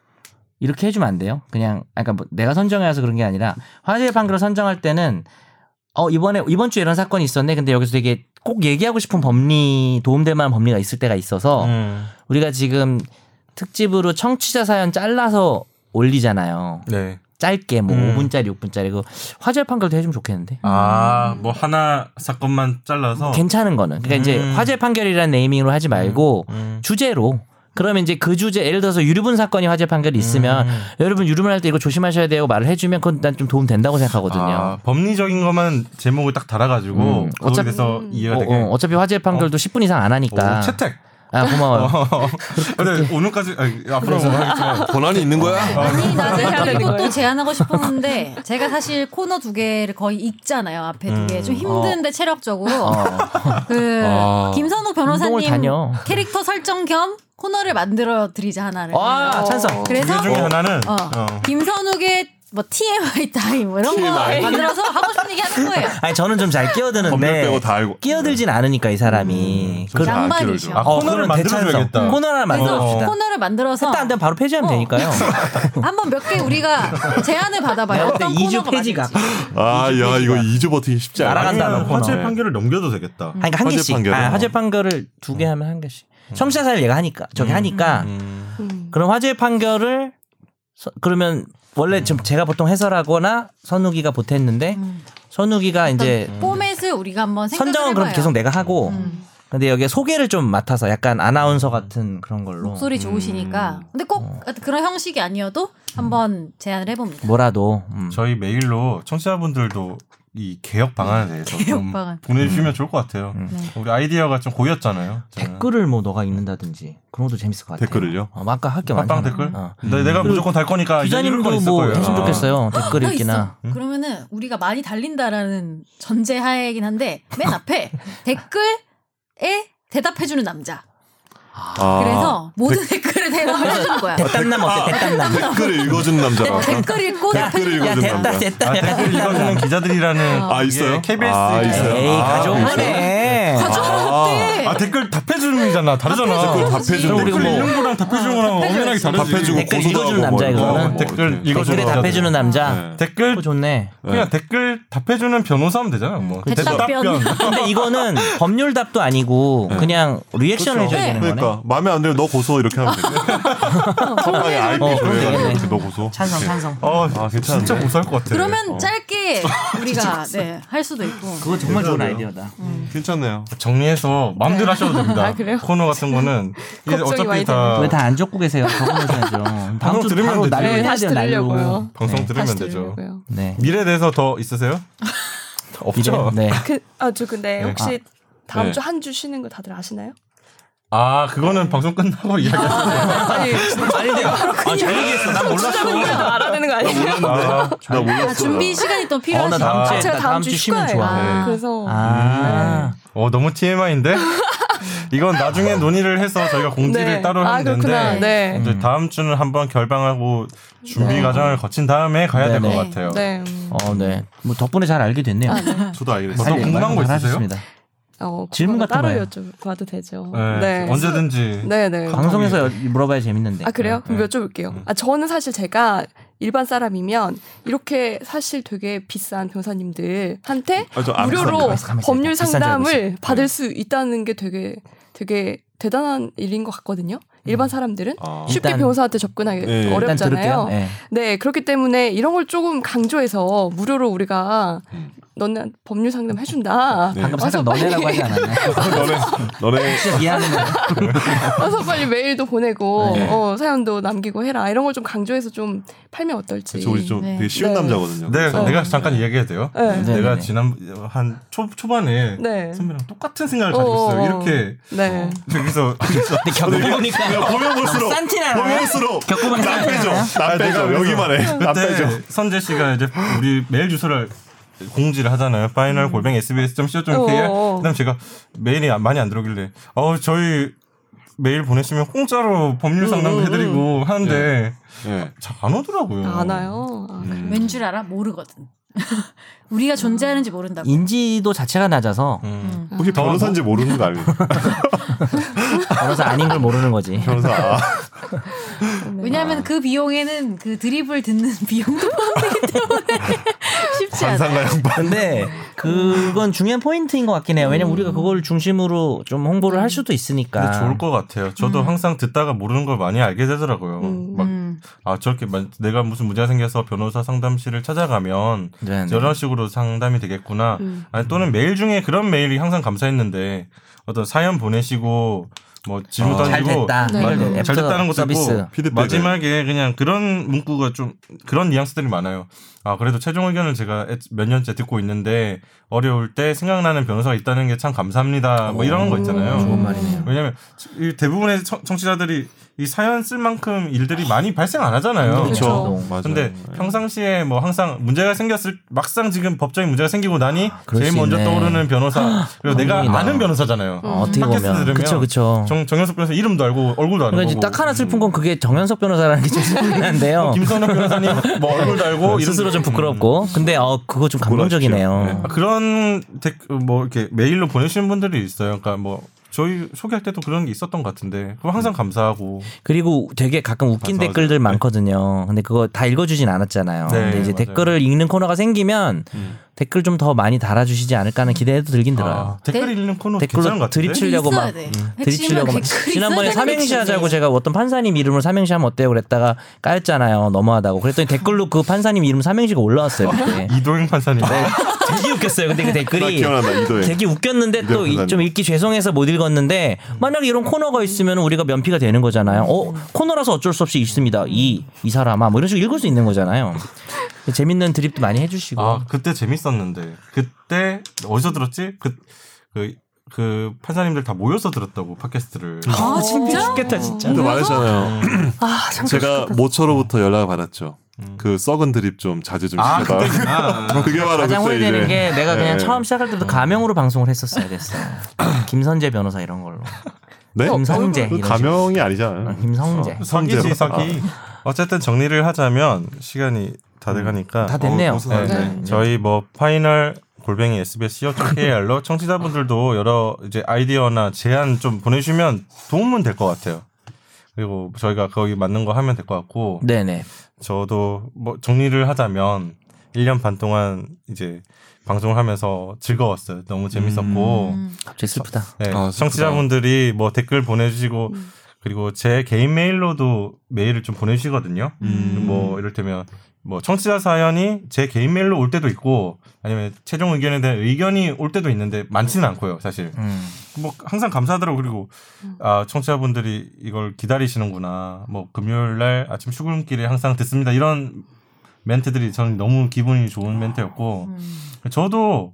B: 이렇게 해주면 안 돼요. 그냥 아까뭐 내가 선정해서 그런 게 아니라 화재 판결을 선정할 때는 어 이번에 이번 주에 이런 사건이 있었네. 근데 여기서 되게 꼭 얘기하고 싶은 법리 도움될 만한 법리가 있을 때가 있어서
A: 음.
B: 우리가 지금 특집으로 청취자 사연 잘라서 올리잖아요.
A: 네.
B: 짧게 뭐
A: 음.
B: 5분짜리, 6분짜리 그 화재 판결도 해주면 좋겠는데.
A: 아 뭐 하나 사건만 잘라서
B: 괜찮은 거는 그러니까 이제
A: 어. 음.
B: 화재 판결이라는 네이밍으로 하지 말고
A: 음.
B: 주제로 그러면 이제 그 주제 예를 들어서 유류분 사건이 화재 판결이 있으면
A: 음.
B: 여러분 유류분 할 때 이거 조심하셔야 돼요 말을 해주면 그건 난 좀 도움 된다고 생각하거든요.
A: 아, 법리적인 것만 제목을 딱 달아가지고
B: 음.
A: 거기에
B: 어차피-
A: 대해서 이해가 되게
B: 어, 차피 화재 판결도 10분 이상 안 하니까.
A: 오, 채택.
B: 아 고마워요.
A: 근데 오늘까지 아니, 앞으로 뭐 하겠지만 어,
C: 권한이 있는 거야?
D: 아니
E: 해야
D: 나는
E: 되는
D: 이것도
E: 거예요?
D: 제안하고 싶었는데 제가 사실 코너 두 개를 거의 읽잖아요 앞에 두 개 좀
B: 아.
D: 힘든데 체력적으로 그
C: 아.
D: 김선호
B: 운동을
D: 변호사님
B: 다녀.
D: 캐릭터 설정 겸 코너를 만들어 드리자 하나를
B: 아 찬성.
A: 두개
D: 그래서
A: 중에 하나는
D: 어,
A: 어.
D: 김선욱의 뭐 TMI 타임 뭐 이런 거 만들어서 하고 싶은 얘기 하는 거예요
B: 아니 저는 좀
G: 법률
B: 잘
G: 빼고
B: 끼어드는데
G: 다 알고.
B: 끼어들진 않으니까 이 사람이. 그,
G: 다
D: 양반이죠.
G: 알기로 해줘.
A: 아, 음. 코너를
B: 그럼
A: 만들어줘야겠다.
B: 대찬성. 코너를
D: 그래서
B: 아. 만들어봅시다.
D: 코너를 만들어서
B: 일단 안 되면 바로 폐지하면
D: 어.
B: 되니까요.
D: 한번 몇 개 우리가 제안을 받아봐요
B: 내가 볼때
D: 어떤
B: 이주
D: 코너가
B: 페이지가.
D: 맞을지
G: 아야 이거 2주 버티기 쉽지 않아.
B: 날아간다.
A: 아니면
B: 코너.
A: 화재
G: 네.
A: 판결을 넘겨도 되겠다.
B: 아니, 그러니까 한
G: 화재
B: 개씩.
G: 판결을.
B: 아, 화재 판결을 두 개 하면 한 개씩. 청취자 사를 얘가 하니까 저기 하니까
A: 음.
E: 음.
B: 그럼 화재 판결을 서- 그러면 원래 지금 제가 보통 해설하거나 선욱이가 보탰는데 선욱이가 이제
D: 포맷을 우리가 한번 생각을
B: 선정은 그럼
D: 해봐요.
B: 계속 내가 하고
D: 음.
B: 근데 여기에 소개를 좀 맡아서 약간 아나운서 같은 그런 걸로
D: 목소리 좋으시니까. 근데 꼭 그런 형식이 아니어도 한번 제안을 해봅니다.
B: 뭐라도 음.
A: 저희 메일로 청취자분들도 이 개혁 방안에 대해서 좀
D: 개혁 방안.
A: 보내주시면 좋을 것 같아요. 우리 아이디어가 좀 고였잖아요. 저는.
B: 댓글을 뭐 너가 읽는다든지 그런 것도 재밌을 것 같아요.
G: 댓글을요?
B: 어, 뭐 아까 할게
A: 팟빵
B: 많잖아.
A: 댓글?
B: 어.
A: 내- 내가 무조건 달 거니까 이제 읽을 건
B: 기자님도
A: 있을
B: 뭐
A: 거예요. 아.
B: 했으면 좋겠어요. 댓글
D: 또
B: 읽기나.
D: 있어. 그러면은 우리가 많이 달린다라는 전제하에긴 한데 맨 앞에 댓글에 대답해주는 남자.
G: 아,
D: 그래서 모든 댓글에 대답을 해주는 거야.
B: 대땀남 어때? 대땀남.
G: 댓글을 읽어준 남자라.
D: 댓글 읽고
G: 댓글
D: 답해주는
B: 야
G: 읽어준
B: 됐다
G: 남자.
A: 아,
B: 됐다.
A: 댓글 읽어주는 기자들이라는 네.
G: 아 있어요?
A: KBS
G: 아 있어요.
B: 에이
G: 아,
B: 가져오네.
D: 가져오는데
A: 아 댓글 답해주는잖아 다르잖아.
G: 댓글 답해주는
A: 댓글
G: 거지.
A: 읽는 거랑 답해주는 거랑 엄연하게 다르지.
G: 답해주고
B: 댓글
G: 고소도
B: 읽어주는
G: 하고
B: 남자,
G: 뭐
B: 이거는?
G: 이렇게.
A: 댓글
G: 네.
A: 읽어주는
B: 댓글에
A: 남자.
B: 답해주는 남자.
G: 네.
A: 댓글
B: 그거 좋네.
A: 그냥 댓글 답해주는 변호사면 되잖아.
E: 음,
A: 뭐
D: 대답변.
B: 근데 이거는 법률 답도
A: 네.
B: 아니고 그냥 리액션을
G: 그렇죠.
B: 해줘야 되는 거네.
G: 그러니까 마음에 안 들면 너 고소 이렇게 하면 돼. 첫방에
B: 어,
G: 아이디
B: 그럼 되겠네.
G: 조회하는 너 고소.
B: 찬성 찬성.
A: 어,
G: 아, 괜찮은데?
A: 진짜 못살 것 어. 같아.
D: 그러면 짧게 우리가 네, 할 수도 있고.
B: 그거 정말 좋은 아이디어다.
G: 괜찮네요.
A: 정리해서 마음대로 하셔도 됩니다.
E: 아, 그래요?
A: 코너 같은 거는 이게
E: 걱정이
A: 어차피
E: 많이
A: 다
B: 왜 다 안 적고 계세요? 적어놓으셔야죠. 다음 주
A: 아. 들으면
B: 바로
A: 되지.
B: 날로
E: 네,
B: 해야
E: 다시
B: 돼요. 날로.
E: 들으려고요.
A: 방송
B: 네.
A: 들으면
E: 다시
A: 되죠.
E: 들으려고요.
B: 네.
A: 미래에 대해서 더 있으세요?
B: 이제,
A: 없죠.
B: 네.
E: 그, 아, 저 근데 혹시 다음
G: 네.
E: 주 한 주 쉬는 거 다들 아시나요?
A: 아 그거는 방송
E: 네.
A: 끝나고 이야기.
E: 아니,
B: 아니네요. 아잘 얘기했어. 난 뭐-
E: 투자분들도 알아야 되는 거 아니에요?
A: 아,
C: 나 몰랐어.
D: 아, 준비 시간이 또
B: 어, 나
D: 필요하시다.
B: 다음 주에
E: 아, 제가
B: 나
E: 다음 네.
B: 다음
E: 주
B: 주 쉬면
E: 휴가예요.
B: 좋아.
D: 아.
E: 그래서
B: 아.
A: 어 너무 TMI인데 이건 나중에 논의를 해서 저희가 공지를
E: 네.
A: 따로
E: 아,
A: 하면
E: 그렇구나.
A: 되는데
E: 네.
A: 이제 다음 주는 한번 결방하고 준비 과정을 거친 다음에 가야 될 것
B: 네네.
A: 같아요.
E: 네. 음.
B: 어, 네. 뭐 덕분에 잘 알게
E: 아,
B: 됐네요. 네.
C: 저도 알게
A: 뭐, 또
C: 됐어요.
B: 할 얘기
A: 궁금한 거
B: 많이
A: 있으세요?
B: 하셨습니다.
E: 어,
B: 질문
E: 그거는
B: 같은
E: 따로
B: 거요.
E: 여쭤봐도 되죠.
A: 네,
E: 네.
A: 언제든지
E: 네, 네.
B: 방송에서
A: 아,
B: 여- 물어봐야 재밌는데.
E: 아 그래요? 그럼
A: 네.
E: 여쭤볼게요. 아 저는 사실 제가 일반 사람이면 이렇게 사실 되게 비싼 변호사님들한테
C: 아, 저 안-
E: 무료로
B: 가만있어, 가만있어.
E: 법률
B: 비싼 줄 알고
E: 상담을 받을 수 있다는 게 되게 되게 대단한 일인 것 같거든요. 일반 사람들은
C: 아,
E: 쉽게
B: 일단-
E: 변호사한테 접근하기
C: 네. 일단
B: 일단 들을게요.
E: 어렵잖아요.
B: 네.
E: 네, 그렇기 때문에 이런 걸 조금 강조해서 무료로 우리가
C: 음.
E: 너네 법률 상담 해준다.
C: 네.
B: 방금 살짝
E: 와서
B: 너네라고
E: 빨리-
B: 하지 않았나요?
C: 너네 너네
B: 진짜 미안해.
E: 와서 빨리 메일도 보내고
B: 네.
E: 어, 사연도 남기고 해라. 이런 걸 좀 강조해서 좀 팔면 어떨지.
C: 저 우리 좀
D: 네.
C: 되게 쉬운
E: 네.
C: 남자거든요.
A: 네,
C: 그래서
A: 내가 잠깐 이야기해도 돼요?
E: 네.
B: 네,
A: 내가
B: 네.
A: 지난 한 초, 초반에
E: 네.
A: 선배랑 똑같은 생각을 가지고 있어요.
E: 어어어.
A: 이렇게
E: 네.
A: 여기서
C: 아,
B: 근데 겪어보니까
C: 보면 볼수록
B: 산티나.
C: 보면 볼수록
B: 겪어보니까
C: 남 빼죠.
B: 싼티나요?
C: 남 빼죠. 여기만 해. 남 빼죠.
A: 그때 네, 선재 씨가 이제 우리 메일 주소를 공지를 하잖아요. 파이널 골뱅 sbs.co.kr.
E: 음. 어어어.
A: 그다음 제가 메일이 안- 많이 안 들어오길래 어 저희 메일 보내시면 공짜로
E: 음,
A: 법률 상담도 해드리고 하는데
C: 예.
A: 잘 안 오더라고요.
E: 안 와요. 아,
C: 음.
D: 왠 줄 알아? 모르거든. 우리가 존재하는지 모른다고.
B: 인지도 자체가 낮아서
A: 음.
C: 혹시 변호사인지 모르는 거 아니에요?
B: 알아서 아닌 걸 모르는 거지.
C: 변호사. 아,
B: 네.
E: 그렇네.
D: 왜냐하면 그 비용에는 그 드립을 듣는 비용도 포함되기 때문에 쉽지
C: 관상가
D: 않아요.
C: 양반.
B: 근데 그건 중요한 포인트인 것 같긴 해요. 왜냐면 우리가 그걸 중심으로 좀 홍보를 할 수도 있으니까.
A: 음. 근데 좋을 것 같아요. 저도 항상 듣다가 모르는 걸 많이 알게 되더라고요.
E: 음.
A: 막
D: 음.
A: 아 저렇게 만- 내가 무슨 문제가 생겨서 변호사 상담실을 찾아가면
B: 네, 네.
A: 저런 식으로 상담이 되겠구나.
E: 음.
A: 아니 또는 메일 중에 그런 메일이 항상 감사했는데 어떤 사연 보내시고 뭐 질문
C: 어,
B: 잘
A: 던지고
B: 됐다.
D: 네.
A: 마-
B: 이런
A: 잘 됐다는 것도
B: 서비스.
A: 있고
C: 피드백을.
A: 마지막에 그냥 그런 문구가 좀 그런 뉘앙스들이 많아요. 아 그래도 최종 의견을 제가 애- 몇 년째 듣고 있는데 어려울 때 생각나는 변호사가 있다는 게 참 감사합니다. 뭐 이런 거 있잖아요.
B: 좋은 말이네요.
A: 왜냐하면 이 대부분의 청- 청취자들이 이 사연 쓸 만큼 일들이 많이 발생 안 하잖아요.
B: 음,
E: 그렇죠.
C: 네, 맞아요.
A: 근데 평상시에 뭐 항상 문제가 생겼을 막상 지금 법적인 문제가 생기고 나니
B: 아, 그럴
A: 제일
B: 수
A: 먼저
B: 있네.
A: 떠오르는 변호사 그리고 내가
B: 감동이다.
A: 아는 변호사잖아요.
B: 어, 어떻게
A: 팟캐스트
B: 보면
A: 들으면
B: 그쵸 그쵸.
A: 정 정현석 변호사 이름도 알고 얼굴도 아는
B: 그러니까
A: 거고
B: 이제 딱 하나 슬픈 건 그게 정현석 변호사라는 게 좀 슬프긴 한데요.
A: 음. 어, 김선욱 변호사님 음. 뭐 얼굴도 알고
B: 어. 네. 스스로
A: 이름도-
B: 좀 부끄럽고. 근데 어 그거 좀 감동적이네요.
A: 아, 그런 댓- 뭐 이렇게 메일로 보내시는 분들이 있어요. 그러니까 뭐 저희 소개할 때도 그런 게 있었던 것 같은데 그거 항상
B: 네.
A: 감사하고
B: 그리고 되게 가끔 웃긴
A: 맞아, 맞아.
B: 댓글들 많거든요. 근데 그거 다 읽어주진 않았잖아요.
A: 네,
B: 근데 이제
A: 맞아요. 음.
B: 댓글을 읽는 코너가 생기면 댓글 좀 더 많이 달아주시지 않을까 하는 기대도 들긴
A: 아,
B: 들어요.
A: 댓글
D: 데-
A: 읽는 코너 괜찮은 것
B: 네.
A: 같은데
B: 댓글로 드립치려고
D: 있어야
B: 막
D: 돼. 네,
B: 음,
D: 핵심은 그
B: 드립치려고 막
D: 댓글이
B: 지난번에
D: 있어야 되는
B: 삼행시
D: 거지.
B: 하자고 제가 어떤 판사님 이름으로 삼행시 하면 어때요 그랬다가 까였잖아요 너무하다고 그랬더니 댓글로 그 판사님 이름 삼행시가 올라왔어요 그때
A: 이도영 판사님
B: 네. 되게 웃겼어요 근데 그
C: 나
B: 댓글이
C: 기억난다 이도에.
B: 되게 웃겼는데 또
C: 이대로
B: 좀 읽기 죄송해서 못 읽었는데 만약에 이런 코너가 있으면 우리가 면피가 되는 거잖아요. 어 코너라서 어쩔 수 없이 있습니다. 이 이 사람아 뭐 이런 식으로 읽을 수 있는 거잖아요. 재밌는 드립도 많이 해주시고
A: 아 그때 재밌었는데 그때 어디서 들었지? 그 그, 그 판사님들 다 모여서 들었다고 팟캐스트를
D: 아 진짜?
B: 좋겠다 진짜.
C: 근데 많으잖아요.
E: 아, 참
C: 제가 모처로부터 연락을 받았죠.
B: 음.
C: 그 썩은 드립 좀 자제 좀 시켜봐.
A: 그때구나.
C: 아, 그게 바로
B: 아, 가장
C: 그때
B: 후회되는
C: 이제.
B: 게 내가 그냥
C: 예.
B: 처음 시작할 때도 가명으로 방송을 했었어야 됐어요. 김선재 변호사 이런 걸로.
C: 네?
B: 김성재
C: 그
B: 어, 이런
C: 가명이 아니잖아요.
B: 식으로. 음. 김성재.
A: 사기지
C: 성재로.
A: 사기.
B: 아.
A: 어쨌든 정리를 하자면 시간이 다 돼가니까
B: 음, 다 됐네요.
A: 네,
E: 네.
A: 네. 저희 뭐 파이널 골뱅이 SBS co.kr로 청취자분들도 여러 이제 아이디어나 제안 좀 보내주시면 도움은 될 것 같아요. 그리고 저희가 거기 맞는 거 하면 될 것 같고
B: 네네.
A: 저도 뭐 정리를 하자면 1년 반 동안 이제 방송을 하면서 즐거웠어요. 너무 재밌었고
B: 갑자기 슬프다.
A: 네,
C: 아,
A: 청취자분들이 뭐 댓글 보내주시고 그리고 제 개인 메일로도 메일을 좀 보내주시거든요. 뭐 이를테면 뭐 청취자 사연이 제 개인 메일로 올 때도 있고 아니면 최종 의견에 대한 의견이 올 때도 있는데 많지는 않고요, 사실.
B: 음.
A: 뭐 항상 감사하더라고 그리고 아 청취자분들이 이걸 기다리시는구나 뭐 금요일 날 아침 출근길에 항상 듣습니다 이런 멘트들이 저는 너무 기분이 좋은 멘트였고 저도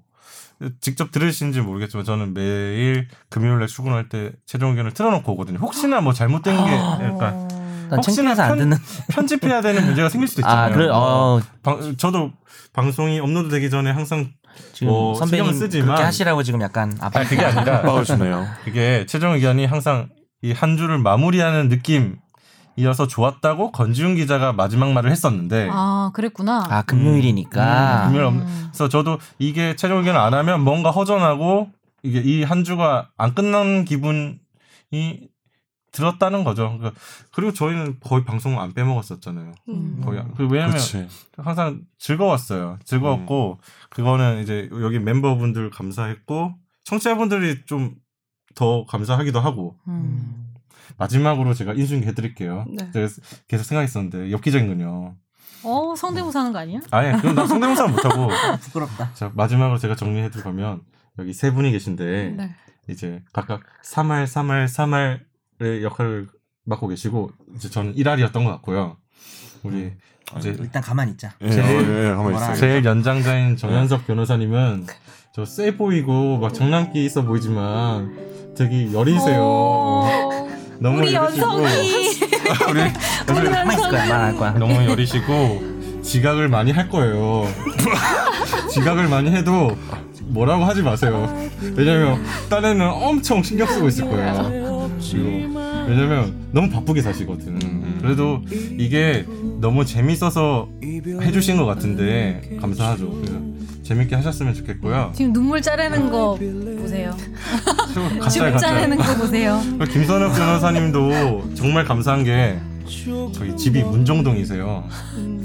A: 직접 들으신지 모르겠지만 저는 매일 금요일날 출근할 때 최종 의견을 틀어놓고 오거든요. 혹시나 뭐 잘못된 게 약간
D: 어.
B: 난
A: 혹시나
B: 창피해서 안
A: 편- 뭐
B: 듣는.
A: 편집해야 되는 문제가 생길 수도 있잖아요.
B: 아, 그래. 어,
A: 방- 저도 방송이 업로드 되기 전에 항상
B: 지금
A: 뭐
B: 선배님
A: 신경은 쓰지만-
B: 그렇게 하시라고 지금 약간 아빠.
A: 아니, 그게 아니라
C: 빠우시네요.
A: 그게 최종 의견이 항상 이 한 주를 마무리하는 느낌이어서 좋았다고 건지훈 기자가 마지막 말을 했었는데
D: 아 그랬구나. 음,
B: 아 금요일이니까.
A: 음, 금요일 업로- 네. 그래서 저도 이게 최종 의견을 안 하면 뭔가 허전하고 이게 이 한 주가 안 끝난 기분이 들었다는 거죠. 그러니까 그리고 저희는 거의 방송 안 빼먹었었잖아요.
E: 음.
A: 거의 안- 그 왜냐면
C: 그렇지.
A: 항상 즐거웠어요. 즐거웠고 그거는 이제 여기 멤버분들 감사했고 청취자분들이 좀 더 감사하기도 하고
D: 음.
A: 마지막으로 제가 인수인계 해드릴게요.
E: 네.
A: 제가 계속 생각했었는데 엽기적인군요.
D: 어 성대모사 하는 거 아니야?
A: 아니 그럼 나 성대모사 못하고
B: 부끄럽다.
A: 자 마지막으로 제가 정리해 들어가면 여기 세 분이 계신데
E: 네.
A: 이제 각각 3할 3할 3할의 역할을 맡고 계시고 이제 저는 1할이었던 것 같고요. 우리 이제
B: 일단 가만 히 있자.
C: 예,
A: 제일-
C: 어, 예, 가만히
B: 뭐라
C: 있어요.
A: 제일 연장자인 정현석 변호사님은 저 쎄 보이고 막 장난기 있어 보이지만 되게 여리세요. 너무
D: 어. 우리
A: 여리시고
D: 연성이
A: 우리
D: 우리
A: 연성이
B: 가만 있을 거야.
D: 연성이
B: 말할 거야.
A: 그 너무 여리시고 지각을 많이 할 거예요. 지각을 많이 해도 뭐라고 하지 마세요. 왜냐면 딴에는 엄청 신경 쓰고 있을 거예요. 그리고 왜냐면 너무 바쁘게 사시거든. 그래도 이게 너무 재밌어서 해주신 것 같은데 감사하죠. 그래서 재밌게 하셨으면 좋겠고요.
D: 지금 눈물 짜내는 거 보세요.
A: 그리고
D: 지금
A: 가짜 가짜.
D: 짜내는 거 보세요.
A: 그리고 김선욱 변호사님도 정말 감사한 게 저희 집이 문정동이세요.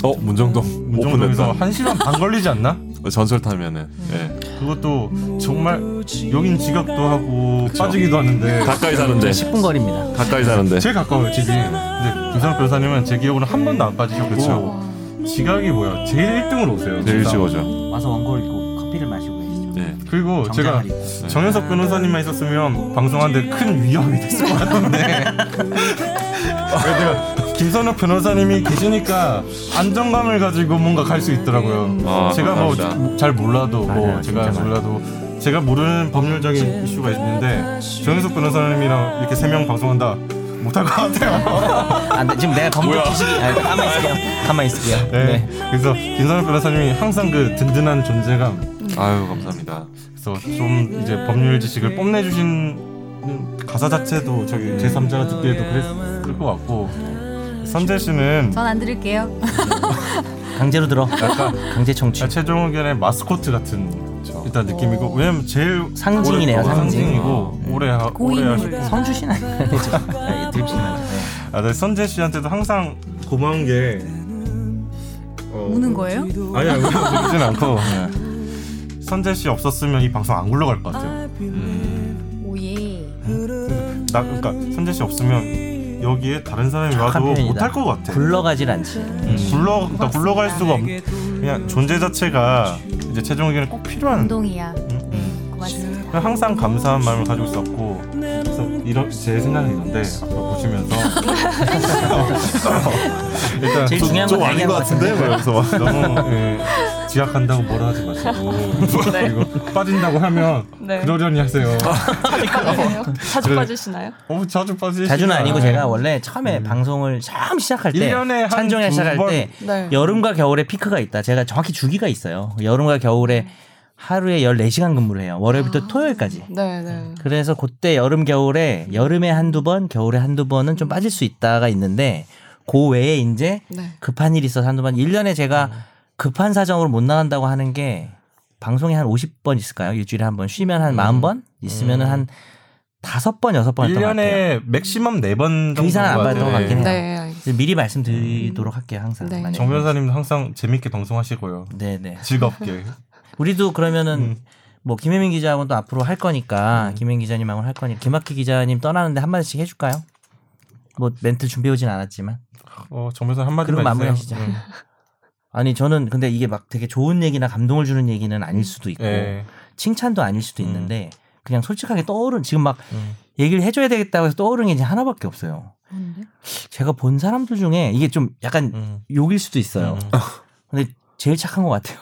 C: 어 문정동
A: 문정동에서
C: 오픈됐다.
A: 한 시간 반 걸리지 않나?
C: 전설 타면은
B: 음.
C: 예.
A: 그것도 정말 여긴 지각도 하고 빠지기도 하는데
C: 가까이 사는데
B: 10분 거리입니다.
C: 가까이 사는데
B: 음.
A: 제일 가까워요 집이
C: 네.
A: 근데 김선욱 변호사님은 제 기억으로 한 번도 안 빠지셨고 지각이 뭐야 제일 1등으로 오세요
C: 제일
B: 음.
A: 진짜.
C: 찍어죠
B: 와서 원고를 읽고 커피를 마시고 계시죠.
C: 예.
A: 그리고 어, 제가
B: 정장을 입고.
A: 네. 정현석 변호사님만 있었으면 방송하는데 큰 위험이 됐을 것 같은데 어, 내가 김선욱 변호사님이 계시니까 안정감을 가지고 뭔가 갈 수 있더라고요
C: 아,
A: 제가 뭐
C: 감사합니다.
A: 잘 몰라도 뭐
B: 맞아요,
A: 제가
B: 진짜
A: 몰라도 제가 모르는 법률적인 이슈가 있는데 정현석 변호사님이랑 이렇게 세 명 방송한다 못할 것 같아요
B: 아, 나- 지금 내가 검토 지식이 아, 가만 있을게요. 가만 있을게요.
A: 네.
B: 네.
A: 그래서 김선욱 변호사님이 항상 그 든든한 존재감
C: 아유 감사합니다.
A: 그래서 좀 이제 법률 지식을 뽐내주신 가사 자체도 저기 제3자가 듣기에도 그랬을 것 같고 선재 씨는
D: 전 안 들을게요.
B: 강제로 들어. 강제 청취.
A: 최종 의견의 마스코트 같은 일단 느낌이고 왜냐면 제일
B: 상징이네요,
A: 오래- 어,
B: 상징.
A: 상징이고 오래 하, 오래 하시고
D: 고인물.
B: 성주 씨는 예, 들지만
A: 아, 네, 선재 씨한테도 항상 고마운 게 어,
D: 우는 거예요?
A: 아니야 울진 않고 네. 선재 씨 없었으면 이 방송 안 굴러갈 것 같아요.
D: 오예.
A: 나 그러니까 선재 씨 없으면 여기에 다른 사람이
B: 착한
A: 와도
B: 편이다.
A: 아, 못할 것 같아.
B: 굴러가질 않지.
A: 굴러 그러니까 굴러갈 수가 없. 그냥 존재 자체가 이제 최종 의견에 꼭 필요한.
D: 운동이야.
A: 음.
D: 네, 고맙습니다.
A: 그냥 항상 감사한 마음을 가지고 있었고 그래서 이런 제 생각은 이런데 앞으로 보시면서 일단
B: 제일 중요한 건
A: 아닌
B: 얘기한
A: 것
B: 것 같은데?
A: 막 이러면서 막 너무 예, 지각한다고 뭐라 하지 마시고 그리고 빠진다고 하면
E: 네.
A: 그러려니 하세요.
E: 빠지세요? 자주
A: 그래.
E: 빠지시나요?
A: 어, 자주 빠지.
B: 자주는 아니고 제가 원래 처음에 방송을 처음 시작할 때
A: 1년에 한
B: 찬종이
A: 두
B: 시작할
A: 번?
B: 때
E: 네.
B: 여름과 겨울에 피크가 있다. 제가 정확히 주기가 있어요. 여름과 겨울에 하루에 14시간 근무를 해요. 월요일부터 토요일까지.
E: 네, 네.
B: 그래서 그때 여름 겨울에 여름에 한두 번, 겨울에 한두 번은 좀 빠질 수 있다가 있는데 그 외에 이제
E: 네.
B: 급한 일이 있어서 한두 번 1년에 제가
A: 음.
B: 급한 사정으로 못 나간다고 하는 게 방송에 한 50번 있을까요? 일주일에 한 번 쉬면 한
A: 음.
B: 40번 있으면은 한 다섯 번 여섯 번 했던 것 같아요.
A: 1년에 맥시멈 4번 정도
B: 그 이상은 안 받았던 것 같긴 해요.
E: 네, 알겠습니다.
B: 그래서 미리 말씀드리도록 할게요 항상.
E: 네.
B: 만약에.
A: 음. 정 변사님도 항상 재밌게 방송하시고요.
B: 네네.
A: 즐겁게.
B: 우리도 그러면은
A: 음.
B: 뭐 김혜민 기자하고도 앞으로 할 거니까 김혜민 기자님하고 할 거니까 김학기 기자님 떠나는데 한 마디씩 해줄까요? 뭐 멘트 준비해 오진 않았지만
A: 어, 정 변사 한마디만
B: 그럼
A: 해주세요.
B: 마무리하시죠.
A: 음.
B: 아니 저는 근데 이게 막 되게 좋은 얘기나 감동을 주는 얘기는 아닐 수도 있고
A: 예.
B: 칭찬도 아닐 수도
A: 음.
B: 있는데 그냥 솔직하게 떠오른 지금 막
A: 음.
B: 얘기를 해줘야 되겠다고 해서 떠오른 게 이제 하나밖에 없어요. 제가 본 사람들 중에 이게 좀 약간
A: 음.
B: 욕일 수도 있어요.
A: 음.
B: 근데 제일 착한 것 같아요.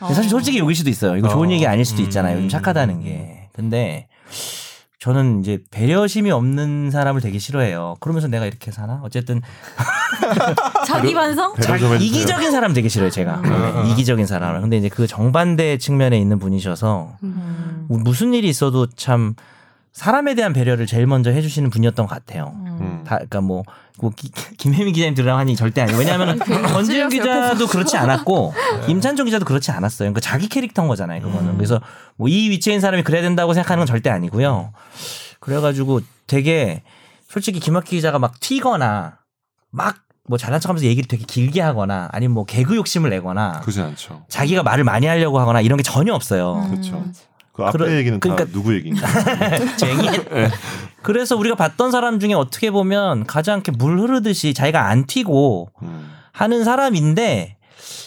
B: 사실 솔직히 여길 수도 있어요. 이거 좋은
A: 어.
B: 얘기 아닐 수도 있잖아요.
A: 음.
B: 좀 착하다는 게. 근데 저는 이제 배려심이 없는 사람을 되게 싫어해요. 그러면서 내가 이렇게 사나? 어쨌든
A: 아, 그
D: 자기 반성?
G: 배려 좀 해주세요.
B: 이기적인 사람 되게 싫어요, 제가.
A: 음.
B: 네, 이기적인 사람을. 근데 이제 그 정반대 측면에 있는 분이셔서
D: 음.
B: 무슨 일이 있어도 참 사람에 대한 배려를 제일 먼저 해주시는 분이었던 것 같아요.
C: 음.
B: 다, 그러니까 뭐, 뭐 기- 김혜민 기자님 들으라고 하니 절대 아니에요. 왜냐하면 권지윤 기자도 그렇지 않았고 임찬종 기자도 그렇지 않았어요. 그러니까 자기 캐릭터인 거잖아요. 그거는 그래서 뭐 이 위치에 있는 사람이 그래야 된다고 생각하는 건 절대 아니고요. 그래가지고 되게 솔직히 김학기 기자가 막 튀거나 막 뭐 잘난 척하면서 얘기를 되게 길게 하거나 아니면 뭐 개그 욕심을 내거나
C: 그러지 않죠.
B: 자기가 말을 많이 하려고 하거나 이런 게 전혀 없어요.
C: 그렇죠.
G: 그 앞에
B: 음. 그러-
G: 얘기는 다
B: 그러니까-
G: 누구 얘기인가?
B: 쟁이. 그래서 우리가 봤던 사람 중에 어떻게 보면 가장 이렇게 물 흐르듯이 자기가 안 튀고
C: 음.
B: 하는 사람인데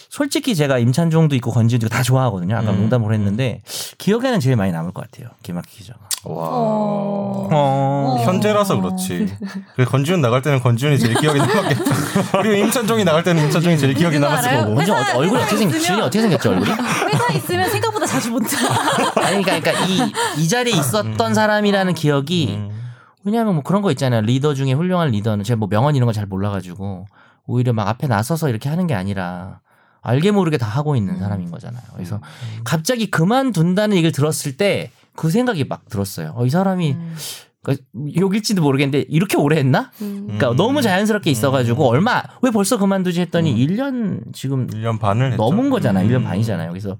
B: 솔직히 제가 임찬종도 있고 권지도 다 좋아하거든요. 아까
A: 음.
B: 농담으로 했는데 기억에는 제일 많이 남을 것 같아요. 김학기 기자가.
C: 와.
B: 어.
A: 현재라서 그렇지. 그래 건지훈 나갈 때는 건지훈이 제일 기억에 남았겠다. 그리고 임찬종이 나갈 때는 임찬종이 제일 기억에
D: 누가
A: 남았을
D: 알아요?
A: 거고.
B: 먼저
D: 회사-
B: 얼굴이
D: 회사에
B: 어떻게 생
D: 있으면-
B: 지이 어떻게 생겼죠 얼굴이?
D: 회사 있으면 생각보다 자주 못 자.
B: 아니 그러니까, 그러니까 이, 이 자리에 있었던 사람이라는 기억이
A: 음.
B: 왜냐하면 뭐 그런 거 있잖아요. 리더 중에 훌륭한 리더는 제가 뭐 명언 이런 거 잘 몰라가지고 오히려 막 앞에 나서서 이렇게 하는 게 아니라 알게 모르게 다 하고
A: 음.
B: 있는 사람인 거잖아요. 그래서 갑자기 그만둔다는 얘기를 들었을 때 그 생각이 막 들었어요. 어, 이 사람이 그러니까 욕일지도 모르겠는데 이렇게 오래 했나?
E: 음.
B: 그러니까 너무 자연스럽게 있어가지고 얼마 왜 벌써 그만두지 했더니 1년 지금
A: 1년 반을 음. 했죠.
B: 넘은 거잖아. 요 1년
A: 음.
B: 반이잖아요. 그래서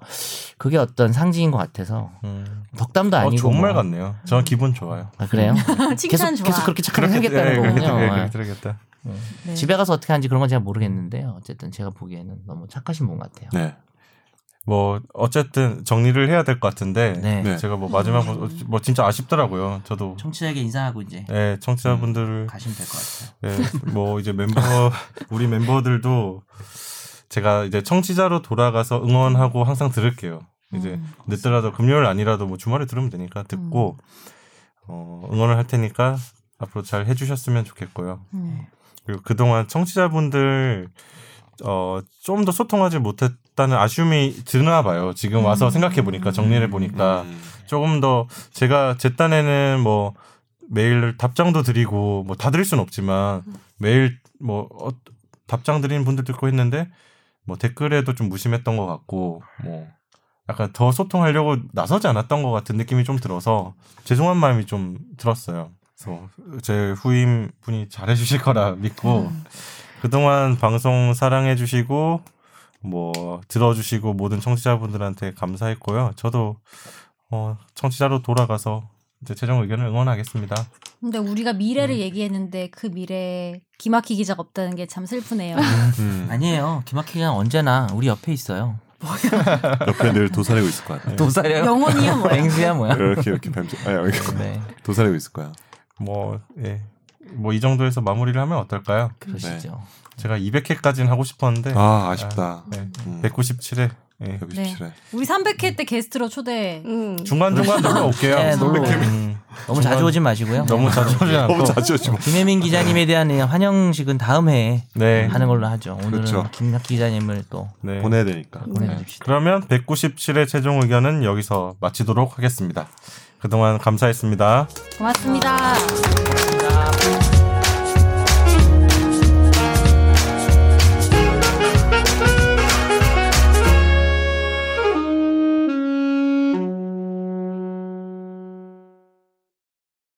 B: 그게 어떤 상징인 것 같아서
A: 음.
B: 덕담도
A: 어,
B: 아니고
A: 좋은 말
B: 뭐.
A: 같네요. 저는 기분 좋아요.
B: 아, 그래요? 계속
D: 칭찬 좋아.
B: 계속 그렇게 착하게
A: 예,
B: 살겠다는
A: 그렇게,
B: 거군요.
A: 예,
B: 예.
A: 그렇게 들겠다.
B: 집에 가서 어떻게 하는지 그런 건 제가 모르겠는데 어쨌든 제가 보기에는 너무 착하신 분 같아요.
C: 네.
A: 뭐 어쨌든 정리를 해야 될 것 같은데
B: 네.
C: 네.
A: 제가 뭐 마지막 뭐, 뭐 진짜 아쉽더라고요. 저도
B: 청취자에게 인사하고 이제
A: 예, 청취자분들을
B: 가시면 될 것 같아요.
A: 예, 뭐 이제 멤버 우리 멤버들도 제가 이제 청취자로 돌아가서 응원하고 항상 들을게요.
B: 음.
A: 이제 늦더라도 금요일 아니라도 뭐 주말에 들으면 되니까 듣고 어, 응원을 할 테니까 앞으로 잘 해주셨으면 좋겠고요.
D: 음.
B: 네.
A: 그리고 그동안 청취자분들 어, 좀 더 소통하지 못했다는 아쉬움이 드나 봐요. 지금 와서 생각해 보니까 정리를
B: 아.
A: 보니까
C: 음.
A: 조금 더 제가 제 딴에는 뭐 매일 답장도 드리고 뭐 다 드릴 순 없지만 매일 뭐 어, 답장 드리는 분들도 있고 했는데 뭐 댓글에도 좀 무심했던 것 같고 뭐 약간 더 소통하려고 나서지 않았던 것 같은 느낌이 좀 들어서 죄송한 마음이 좀 들었어요. 그래서 제 후임 분이 잘해주실 거라 믿고 그동안 방송 사랑해주시고 뭐 들어주시고 모든 청취자분들한테 감사했고요. 저도 어, 청취자로 돌아가서 이제 최종 의견을 응원하겠습니다.
D: 근데 우리가
B: 음.
D: 미래를 얘기했는데 그 미래에 김학희 기자가 없다는 게 참 슬프네요.
C: 음.
B: 아니에요. 김학희 기자 언제나 우리 옆에 있어요.
G: 옆에 늘 도사리고 있을 것
A: 네.
G: 같아.
B: 도사려.
D: 영원이야 뭐야.
B: 맹수야 뭐야.
G: 이렇게 이렇게 뱀자. 아, 이렇게
B: 네.
C: 도사리고 있을 거야.
A: 뭐 예. 뭐 이 정도에서 마무리를 하면 어떨까요?
B: 그러시죠.
A: 제가 200회까지는 하고 싶었는데
C: 아 아쉽다.
A: 네.
C: 음.
A: 197회 예.
C: 197에.
D: 우리 300회 때 게스트로 초대.
E: 음.
A: 중간 중간 놀러 올게요.
B: 네, 놀러 오세요.
A: 음, 중간-
B: 너무 자주 오진 마시고요. 네.
A: 너무 자주 오지 않고
G: 너무 자주 뭐. 오지 마.
B: 김혜민 기자님에 대한 환영식은 다음 회에
A: 네.
B: 하는 걸로 하죠. 오늘은
C: 그렇죠.
B: 김학기 기자님을 또
A: 네.
G: 보내야 되니까.
B: 보내드립시다.
A: 그러면 197회 최종 의견은 여기서 마치도록 하겠습니다. 그동안 감사했습니다.
D: 고맙습니다.
B: 감사합니다.